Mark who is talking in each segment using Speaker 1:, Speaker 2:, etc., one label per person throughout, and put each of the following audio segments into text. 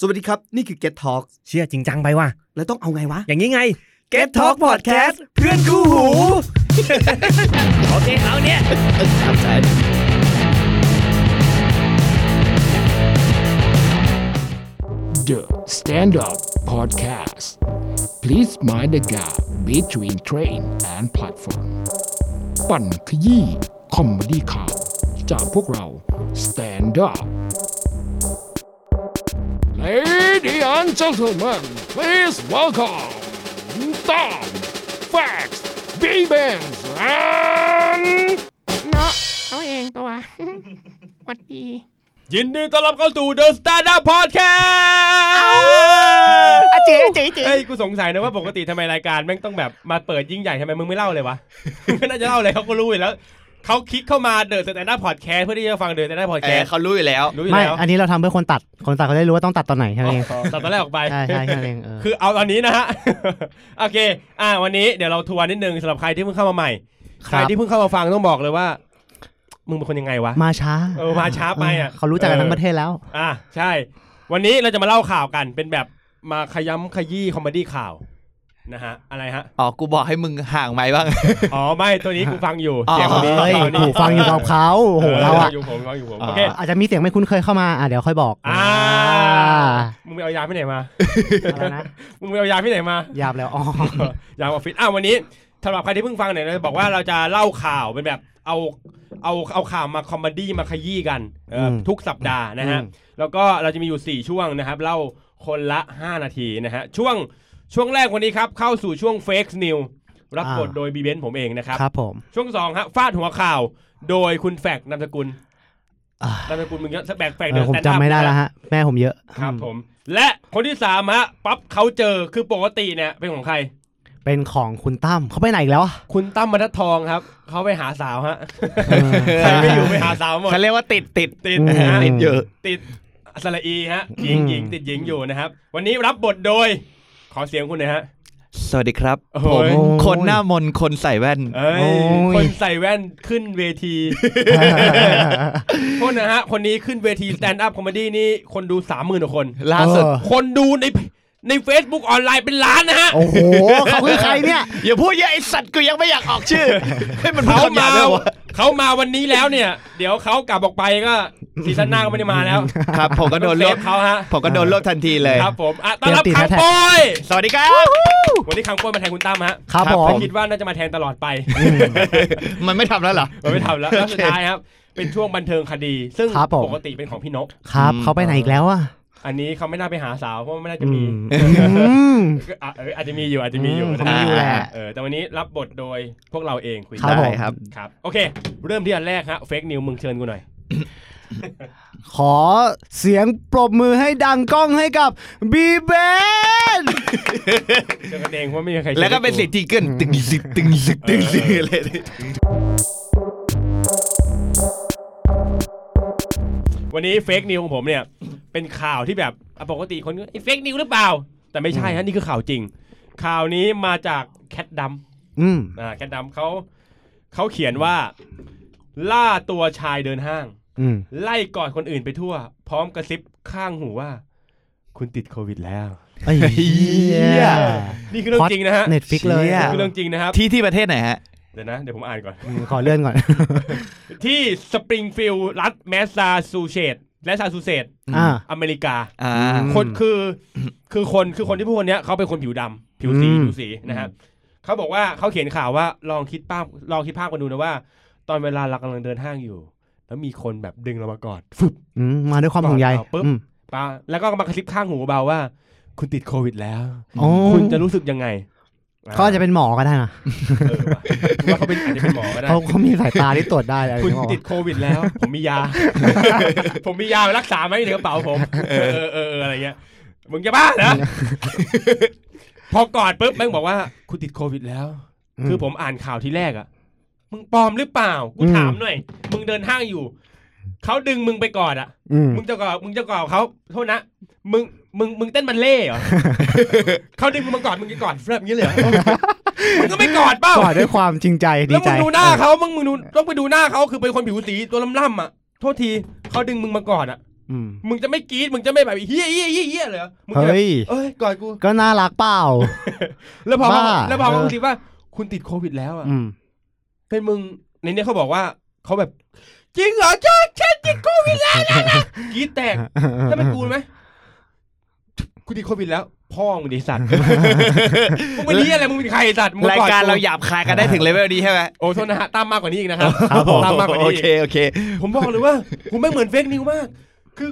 Speaker 1: สวัสดีครับ นี่คือ Get Talk
Speaker 2: เชื่อจริงจังไปว่ะ
Speaker 1: แล้วต้องเอาไงวะ
Speaker 2: อย่างนี้ไง
Speaker 1: Get Talk Podcast เพื่อนคู่หู
Speaker 2: โอเคเอาเนี่ย
Speaker 3: The Stand Up Podcast. Please mind the gap between train and platform. ปั่นขยี้คอมเมดี้ข่าวจากพวกเรา Stand Up Lady and gentlemen, please welcome Tom, Fax, b b a n s and
Speaker 4: เนาะเขาเองตัว หวัดดี
Speaker 5: ยินดีต้อนรับเข้าสู่ The Stand Up Podcast
Speaker 4: อาเจ๊เจ๊เจ๊
Speaker 5: เฮ้ย กูสงสัยนะว่าปกติทำไมรายการแม่งต้องแบบมาเปิดยิ่งใหญ่ทำไมมึงไม่เล่าเลยวะ ไม่น่าจะเล่าเลยเขาก็รู้อยู่แล้วเขาคลิกเข้ามา The Stand Up Podcast เพื่อที่จะฟัง The Stand Up
Speaker 6: เออ
Speaker 5: Podcast
Speaker 6: เขารู้อยู่แล้ว
Speaker 5: รู้อยู่
Speaker 7: ไม่
Speaker 5: แล้ว
Speaker 7: อันนี้เราทำเพื่อคนตัด คนตัดเขาได้รู้ว่าต้องตัดตอนไหนแค่นั้นเอง
Speaker 5: ตัดตอนแรกออกไป
Speaker 7: ใช่ใช่แค่นั้นเองเออ
Speaker 5: คือเอาตอนนี้นะฮ ะ โอเค อ่าวันนี้เดี๋ยวเราทวนนิดนึงสำหรับใครที่เพิ่งเข้ามาใหม่ ใคร
Speaker 7: ครับ
Speaker 5: ที่เพิ่งเข้ามาฟังต้องบอกเลยว่า มึงเป็นคนยังไงวะ
Speaker 7: มาช้า
Speaker 5: เออมาช้าไปอ่ะ
Speaker 7: เขารู้จักกันทั้งประเทศแล้ว
Speaker 5: อ่าใช่ วันนี้เราจะมาเล่าข่าวกันเป็นแบบมาขย้ำขยี้คอมเมดี้ข่าวนะฮะอะไรฮะ
Speaker 6: อ๋อ กูบอกให้มึงห่างไหมค์บ้าง
Speaker 5: อ๋อไม่ตัวนี้กูฟังอยู่
Speaker 6: อ๋อ
Speaker 5: เสียงคนนี้
Speaker 7: เฮ้ย
Speaker 5: ตอนนี้
Speaker 7: หูฟังอยู่กับเขาโอ้โห เรา
Speaker 5: ฟั
Speaker 7: อ่ะ
Speaker 5: งอยู่ผมฟังอยู่ผม
Speaker 6: อ่า
Speaker 5: โอเค
Speaker 7: อาจจะมีเสียงไม่คุ้นเคยเข้ามา อ่ะ เดี๋ยวค่อยบอก
Speaker 5: อ่า
Speaker 7: อา
Speaker 5: มึงไปเอายาที่ไหนมา
Speaker 7: อะไรนะ
Speaker 5: มึงไปเอายาที่ไหนมา
Speaker 7: ยาบแล้ว อ๋อ
Speaker 5: ยาออฟฟิศอ้าววันนี้สำหรับใครที่เพิ่งฟังเนี่ยเราจะบอกว่าเราจะเล่าข่าวเป็นแบบเอาเอาเอาข่าวมาคอมเมดี้มาขยี้กันเอ่ออ
Speaker 7: ม
Speaker 5: ทุกสัปดาห์นะฮะ
Speaker 7: อืม
Speaker 5: แล้วก็เราจะมีอยู่ 4 ช่วงนะครับ เล่าคนละ 5 นาทีนะฮะช่วงช่วงแรกวันนี้ครับ เข้าสู่ช่วงเฟกซ์นิวรับบทโดยบีเบนผมเองนะครับ
Speaker 7: ครับผม
Speaker 5: ช่วง2ฮะฟาดหัวข่าว โดยคุณแฟกนามสกุล
Speaker 7: อ่าน
Speaker 5: ามสกุลมึงก็แบกแฟก
Speaker 7: เออผมจำไม่ได้แล้วฮะ แม่ผมเยอะ
Speaker 5: ครับ
Speaker 7: อืม
Speaker 5: ผม และคนที่สามฮะปั๊บเขาเจอคือปกติเนี่ยเป็นของใคร
Speaker 7: เป็นของคุณตั้มเขาไปไหนอีกแล้วอ่ะ
Speaker 5: คุณตั้มบรรทัดทองครับ เขาไปหาสาวฮะ
Speaker 7: เออ
Speaker 5: ใครไม่อยู่ไปหาสาวหมด
Speaker 6: เขาเรียกว่าติดติด
Speaker 5: ติด
Speaker 7: อืม
Speaker 5: นะฮะ
Speaker 6: ติดเยอะ
Speaker 5: ติดสระอีฮะหญิงหญิงติดหญิงอยู่นะครับ วันนี้รับบทโดย ขอเสียงคุณหน่อยฮะ
Speaker 6: สวัสดีครับ
Speaker 5: โอ้ย
Speaker 6: ผมคนหน้ามนคนใส่แว่น
Speaker 5: เอ้ย
Speaker 7: โอ้ย
Speaker 5: คนใส่แว่นขึ้นเวที โทษนะฮะ คนนี้ขึ้นเวที Stand Up Comedy นี่คนดูสามหมื่นคน
Speaker 6: ล่าสุด
Speaker 7: เออ
Speaker 5: คนดูในใน Facebook ออนไลน์เป็นล้านนะฮะ
Speaker 7: โอ้โห เขาคือใครเนี่ย
Speaker 6: อย่าพูดเยอะไอสัตว์กูยังไม่อยากออกชื่อ ให้มันพูด
Speaker 5: เขา
Speaker 6: คำหยา
Speaker 5: มา
Speaker 6: บด้วยวะ
Speaker 5: เขามาวันนี้แล้วเนี่ย เดี๋ยวเขากลับออกไปก็ซีซั่นหน้าก็ไม่ได้มาแล้ว
Speaker 6: ครับ ผมก็โดน
Speaker 5: ต้อง
Speaker 6: ล
Speaker 5: เซ
Speaker 6: บ
Speaker 5: ฟเขาฮะ
Speaker 6: ผมก็โดนลบทันทีเลย
Speaker 5: ครับผมอ่ะต้อนรับ
Speaker 7: เตรียมติด
Speaker 5: คัง
Speaker 7: hashtag
Speaker 5: โป้ย
Speaker 6: สวัสดีครับ
Speaker 5: วันนี้คังโป้ยมาแทนคุณตั้มฮะ
Speaker 7: ครับ
Speaker 6: ครับ
Speaker 7: ผ
Speaker 6: ผม ม
Speaker 5: คิดว่าน่าจะมาแทนตลอดไป
Speaker 6: มันไม่ทำแล้วเหรอ
Speaker 5: เราไม่ทำแล้วแล้วสุดท้ายครับ เป็นช่วงบันเทิงคดี ซึ่ง
Speaker 7: ครับผม
Speaker 5: ปกติเป็นของพี่นก
Speaker 7: ครับเขาไปไหนอีกแล้วอ่ะ
Speaker 5: อันนี้เขาไม่น่าไปหาสาวเพราะว่าไม่น่าจะ
Speaker 7: อื
Speaker 5: มี
Speaker 7: มอืม
Speaker 5: ก็อ่ะเอออาจจะมีอยู่อาจจะมีอยู่
Speaker 7: อืม
Speaker 5: นะ
Speaker 6: มีอยู่แหละ
Speaker 5: เออแต่วันนี้รับบทโดยพวกเราเองคุย
Speaker 7: ค รับผม
Speaker 6: ได้ครับ
Speaker 5: ครับโอเค เริ่มที่อันแรกฮะเฟกนิวมึงเชิญกูหน่อย
Speaker 7: ขอเสียงปรบมือให้ดังกล้องให้กับบีเบน
Speaker 5: เชิญกันเองเพราะไม่มีใคร
Speaker 6: แล้วก็เป็นเสียงจิงเกิลตึงซึกตึงซึกตึงซึกเลย
Speaker 5: วันนี้เฟกนิวของผมเนี่ย เป็นข่าวที่แบบอ่ะปกติคนก็เฟกนิวหรือเปล่า แต่ไม่ใช่ฮะนี่คือข่าวจริง ข่าวนี้มาจากแคทดำ
Speaker 7: อืม
Speaker 5: อ่าแคทดำเขาเขาเขียนว่า ล่าตัวชายเดินห้าง
Speaker 7: อืม
Speaker 5: ไล่กอดคนอื่นไปทั่ว พร้อมกระซิบข้างหูว่า คุณติดโควิดแล้ว
Speaker 7: ไอ้เหี้ย
Speaker 5: นี่คือเรื่องจริงนะฮะ
Speaker 7: เน็ตฟิกเลย
Speaker 6: เชี่
Speaker 7: อะ
Speaker 6: ย
Speaker 5: คือเรื่องจริงนะครับ
Speaker 6: ที่ที่ประเทศไหนฮะ
Speaker 5: เดี๋ยวนะ เดี๋ยวผมอ่านก่อน
Speaker 7: อืมขอเลื่อนก่อน
Speaker 5: ที่สปริงฟิลด์รัฐแมสซาซูเซตส์และซาซูเซตส์
Speaker 7: อ่า
Speaker 5: อเมริกา
Speaker 6: อ่า
Speaker 7: อืม
Speaker 5: คนคือคือคนคือคนที่พูดคนเนี้ยเขาเป็นคนผิวดำผิวสี
Speaker 7: อืม
Speaker 5: ผิวสีนะครับเขาบอกว่าเขาเขียนข่าวว่าลองคิดภาพลองคิดภาพกันดูนะว่า ตอนเวลาเรากำลังเดินห้างอยู่ แล้วมีคนแบบดึงเรามากอดฟึบ
Speaker 7: อืมมาด้วยความห่วงใย
Speaker 5: ต่อปุ๊บ
Speaker 7: อืม
Speaker 5: ปาแล้วก็มากระซิบข้างหูเบาๆว่า คุณติดโควิดแล้ว
Speaker 7: โอ้
Speaker 5: คุณจะรู้สึกยังไง
Speaker 7: เขาอาจจะเป็นหมอก็ได้นะ
Speaker 5: เออว่ะผมว่าเขาเป็นอาจจะเป็นหมอก็ได้
Speaker 7: เขาเขามีสายตาที่ตรวจได้อะไร
Speaker 5: คุณ
Speaker 7: นึกออก
Speaker 5: ติดโควิดแล้ว ผม มียา ผมมียาไปรักษาไหมในกระเป๋าผมเออเออเออเอออะไรเงี้ยมึงจะบ้า เหรอ พอกอดปุ๊บแม่งบอกว่า คุณติดโควิดแล้ว คือผมอ่านข่าวที่แรกอะมึงปลอมหรือเปล่า กูถามหน่อย มึงเดินห้างอยู่ เขาดึงมึงไปกอดอะ
Speaker 7: อืม
Speaker 5: มึงจะกอด มึงจะกอดเขาโทษนะ มึง มึง มึงเต้นบัลเล่ต์เหรอ เขาดึงมึงมากอด มึงจะกอดแบบนี้เลยเหรอ มึงก็ไม่กอดเปล่า
Speaker 7: กอดด้วยความจริงใจดี
Speaker 5: แล้ว
Speaker 7: ใจ
Speaker 5: มึงดูหน้าเขามึงมึงดูต้องไปดูหน้าเขาคือเป็นคนผิวสีตัวล่ำๆอ่ะ โทษทีเขาดึงมึงมากอดอ่ะ
Speaker 7: อืม
Speaker 5: มึงจะไม่กรี๊ดมึงจะไม่แบบเฮี้ยเฮี้ยเฮี้ยเฮี้ยเลยเหรอมึงจะแบบ
Speaker 7: เฮ้ย
Speaker 5: เอ้ยกอดกู
Speaker 7: ก็น่ารักเปล่า
Speaker 5: แล้วพอ
Speaker 7: บ้า
Speaker 5: แล้วพอเขาคิดว่าคุณติดโควิดแล้วอ่ะ
Speaker 7: อืม
Speaker 5: เป็นมึงในเนี้ยเขาบอกว่าเขาแบบ จริงเหรอเจ้าฉันติดโควิดแล้วนะนะกรีดแตกถ้าเป็นกูไหมกูติดโควิดแล้ว พ่อมึงดิ สัตว์ มึงเป็นนี้ยอะไรมึงเป็นใครไอ้สัตว์มึง
Speaker 6: รายการเราหยาบคายกันได้ถึงเลเวลนี้ใช่ไหม
Speaker 5: โอ้โทษนะฮะตามมากกว่านี้อีกนะครับ
Speaker 7: ครับผม
Speaker 5: ตามมากกว่า
Speaker 6: โอ
Speaker 5: นี้อีก
Speaker 6: เคโอเค
Speaker 5: ผมบอกเลยว่า ผมไม่เหมือนเฟกนิวมาก คือ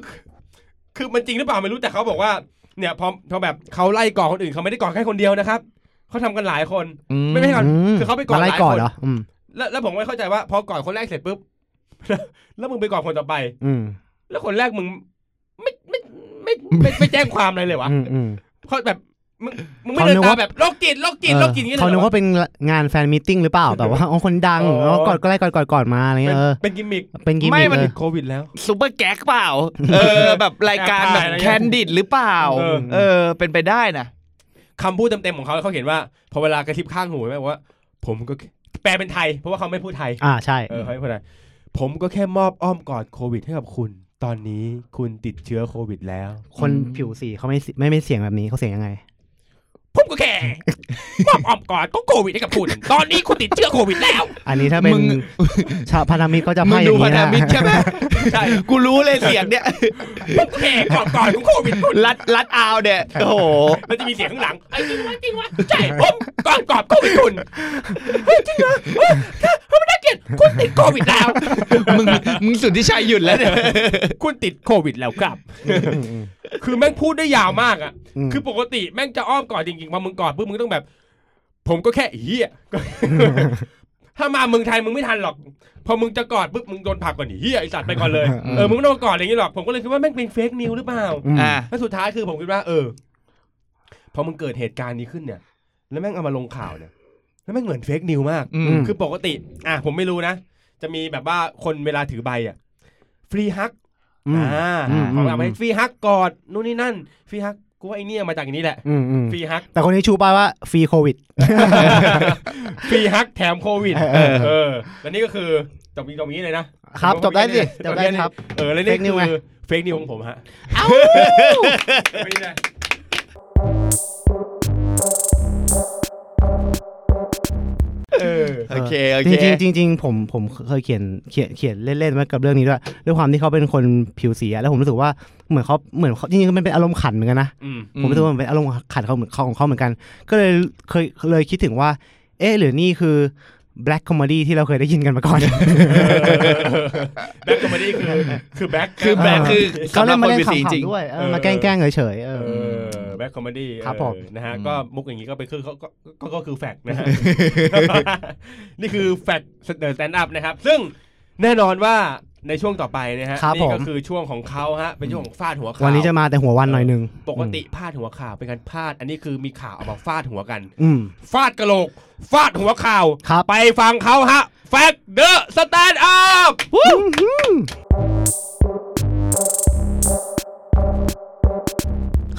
Speaker 5: คือมันจริงหรือเปล่าไม่รู้แต่เขาบอกว่า เนี่ยพอพอแบบเขาไล่ก่อคนอื่นเขาไม่ได้ก่อแค่คนเดียวนะครับเขาทำกันหลายคน ไม่ไม่ก่อนคือเขาไปก่อ
Speaker 7: มา
Speaker 5: ห
Speaker 7: นไล่
Speaker 5: ลาย
Speaker 7: ก่อ
Speaker 5: คน น
Speaker 7: เหรออืม
Speaker 5: แล้วแล้วผมไม่เข้าใจว่าพอก่อนคนแรกเสร็จปุ๊บ แล้วมึงไปก่อนคนต่อไป
Speaker 7: อืม
Speaker 5: แล้วคนแรกมึง ไม่ไม่ไม่ไม่ไม่แจ้งความอะไรเลยวะ
Speaker 7: อืมอืม
Speaker 5: เขาแบบมึงมึงไม่เดิน
Speaker 7: เขานึก
Speaker 5: ตา
Speaker 7: ว่า
Speaker 5: มแบบโรคจิตโรคจิตโรคจิตอย่างเงี้ย
Speaker 7: เขา
Speaker 5: เลย
Speaker 7: นึ
Speaker 5: เห
Speaker 7: ก
Speaker 5: รอ
Speaker 7: ว่าเป็นงานแฟนมิทติ้งหรือเปล่า แบบว่า อ๋อ คนดัง
Speaker 5: อ๋อ
Speaker 7: อ๋อกอดก็ไล่กอดกอดกอดมาอะไร
Speaker 5: เป็น
Speaker 7: เงี้ยเออ
Speaker 5: เป็นกิมมิค
Speaker 7: เป็นกิม
Speaker 6: ไม่
Speaker 7: มิค
Speaker 6: มัน
Speaker 7: เล
Speaker 5: ติ
Speaker 7: ย
Speaker 5: ดโควิดแล้ว
Speaker 6: ซูเปอร์แก๊กเปล่า เออ แบบรายการแบบ
Speaker 5: แอบถ่ายอะไรเงี้ย
Speaker 6: แคนดิดหรือเปล่า
Speaker 5: เออ
Speaker 6: เออ เป็นไปได้นะ
Speaker 5: คำพูดเต็มๆของเขาเขาเขียนว่า พอเวลากระทิบข้างหูแม่บอกว่า ผมก็แค่แปลเป็นไทย เพราะว่าเขาไม่พูดไทย
Speaker 7: อ่าใช่
Speaker 5: เออเขาไม่พูดไทยผมก็แค่มอบอ้อมกอดโควิดให้กับคุณ ตอนนี้คุณติดเชื้อโควิดแล้ว
Speaker 7: คนผิวสีเขาไม่สิไม่ไม่เสียงแบบนี้เขาเสียงยังไง
Speaker 5: ผมก็แค่ มอบอ้อมกอดก็โควิดให้กับคุณ ตอนนี้คุณติดเชื้อโควิดแล้ว
Speaker 7: อันนี้ถ้าเป็
Speaker 6: มึ
Speaker 7: น
Speaker 6: ง
Speaker 7: ชาวพันธมิตรก็จะ
Speaker 6: มึง
Speaker 7: พ่ายอ
Speaker 6: ดู
Speaker 7: ย่าง
Speaker 6: พั
Speaker 7: นี้
Speaker 6: นธมิต
Speaker 7: นะ
Speaker 6: รใช่ไหม
Speaker 5: ใช่
Speaker 6: กูรู้เลยเสียงเนี้ย
Speaker 5: ผมก็แค่มอบกอดของโควิดคุณ
Speaker 6: รัดรัดอาวเนี่ย โอ้โห
Speaker 5: มันจะมีเสียงข้างหลังไอ้จริงวะจริงวะใช่ผมกอดกอดโควิดคุณเฮ้ยจริงเหรอเฮ้ยเฮ้ยเฮ้ยมันน่าเกลียดคุณติดโควิดแล้ว
Speaker 6: มึง มึงสุดที่ชัยหยุดแล้วเนี่ย
Speaker 5: คุณติดโควิดแล้วครับ คือแม่งพูดได้ยาวมากอ่ะ คือปกติแม่งจะอ้อมก่อนจริงๆ พอมึงก่อนปุ๊บมึงต้องแบบ ผมก็แค่เฮียถ้ามาเมืองไทยมึงไม่ทันหรอก พอมึงจะกอดปุ๊บมึงโดนผลักก่อนเฮียไอสัตว์ไปก่อนเลย เออ มึงไม่ต้องมากอดอย่างนี้หรอก ผมก็เลยคิดว่าแม่งเป็นเฟกนิวหรือเปล่า
Speaker 6: อ่า
Speaker 5: แล้วสุดท้ายคือผมคิดว่า เออ พอมึงเกิดเหตุการณ์นี้ขึ้นเนี่ย แล้วแม่งเอามาลงข่าวเนี่ย แล้วแม่งเหมือนเฟกนิวมาก
Speaker 6: อืม
Speaker 5: คือปกติ อ่ะผมไม่รู้นะ จะมีแบบว่าคนเวลาถือใบอ่ะ ฟรีฮัก
Speaker 7: อืม
Speaker 5: อ่า
Speaker 7: อืม
Speaker 5: ของเราไป
Speaker 7: อืม
Speaker 5: ฟรีฮักกอดนู่นนี่นั่นฟรีฮักกูว่าไอ้เนี่ยมาจากอันนี้แหละ
Speaker 7: อืมอืม
Speaker 5: ฟรี ฮัก
Speaker 7: แต่คนนี้ชูป้ายว่าฟรีโควิด
Speaker 5: ฟรีฮักแถมโควิด
Speaker 7: เออ
Speaker 5: เออแล้วนี่ก็คือจบมีตรงนี้เลยนะครับ
Speaker 7: จบได้สิจบได้ครับ
Speaker 5: เออแล้วนี่
Speaker 7: Fake news ไง
Speaker 5: คือเฟกนิวของผมฮะเอาเออ
Speaker 6: โอเค โอเค
Speaker 7: จริงๆจริงๆผมผมเคยเขียนเขียนเขียนเล่นๆไว้กับเรื่องนี้ด้วยด้วยความที่เขาเป็นคนผิวสีอะแล้วผมรู้สึกว่าเหมือนเขาเหมือนเขาจริงๆมันเป็นอารมณ์ขันเหมือนกันนะ
Speaker 5: อืม
Speaker 6: อืม
Speaker 7: ผมรู้สึกว่ามันเป็นอารมณ์ขันเขาเหมือนเขาของเขาเหมือนกัน ก็เลยเคยเลยคิดถึงว่า เอ๊ะหรือนี่คือ black comedy ที่เราเคยได้ยินกันมาก่อน
Speaker 5: แบ็คคอมเมดี้คือคือแบ็ค
Speaker 6: คือแบ็คคือ
Speaker 7: เขา
Speaker 6: สำหรั
Speaker 7: เล่
Speaker 6: บ
Speaker 7: น
Speaker 6: ค
Speaker 7: มาน เล่น
Speaker 6: เป็นสีจริง
Speaker 7: ขำๆด้วยเออมาแกล้งๆเฉยๆเอ
Speaker 5: เอ
Speaker 7: อ
Speaker 5: อแบ็คคอมเมดี้
Speaker 7: ครับผม
Speaker 5: นะฮะ
Speaker 6: อืม
Speaker 5: ก็มุกอย่างนี้ก็ไปคือเขาก็ก็ก็คือแฟกต์ นะฮะ นี่คือแฟกต์สแตนด์อัพนะครับ ซึ่งแน่นอนว่าในช่วงต่อไปนะฮะ
Speaker 7: ครับ
Speaker 5: นี่ก็
Speaker 7: ผม
Speaker 5: คือช่วงของเขาฮะเป็นช่วงของฟาดหัวข่าว
Speaker 7: วันนี้จะมาแต่หัววันหน่อยนึง
Speaker 5: ปกติพาดหัวข่าวเป็นการพาด อันนี้คือมีข่าวออกมาฟาดหัวกัน
Speaker 7: อืม
Speaker 5: ฟาดกระโหลก ฟาดหัวข่าว
Speaker 7: ครับ
Speaker 5: ไปฟังเขาฮะแฟกต์เดอะสแตนด์อัพ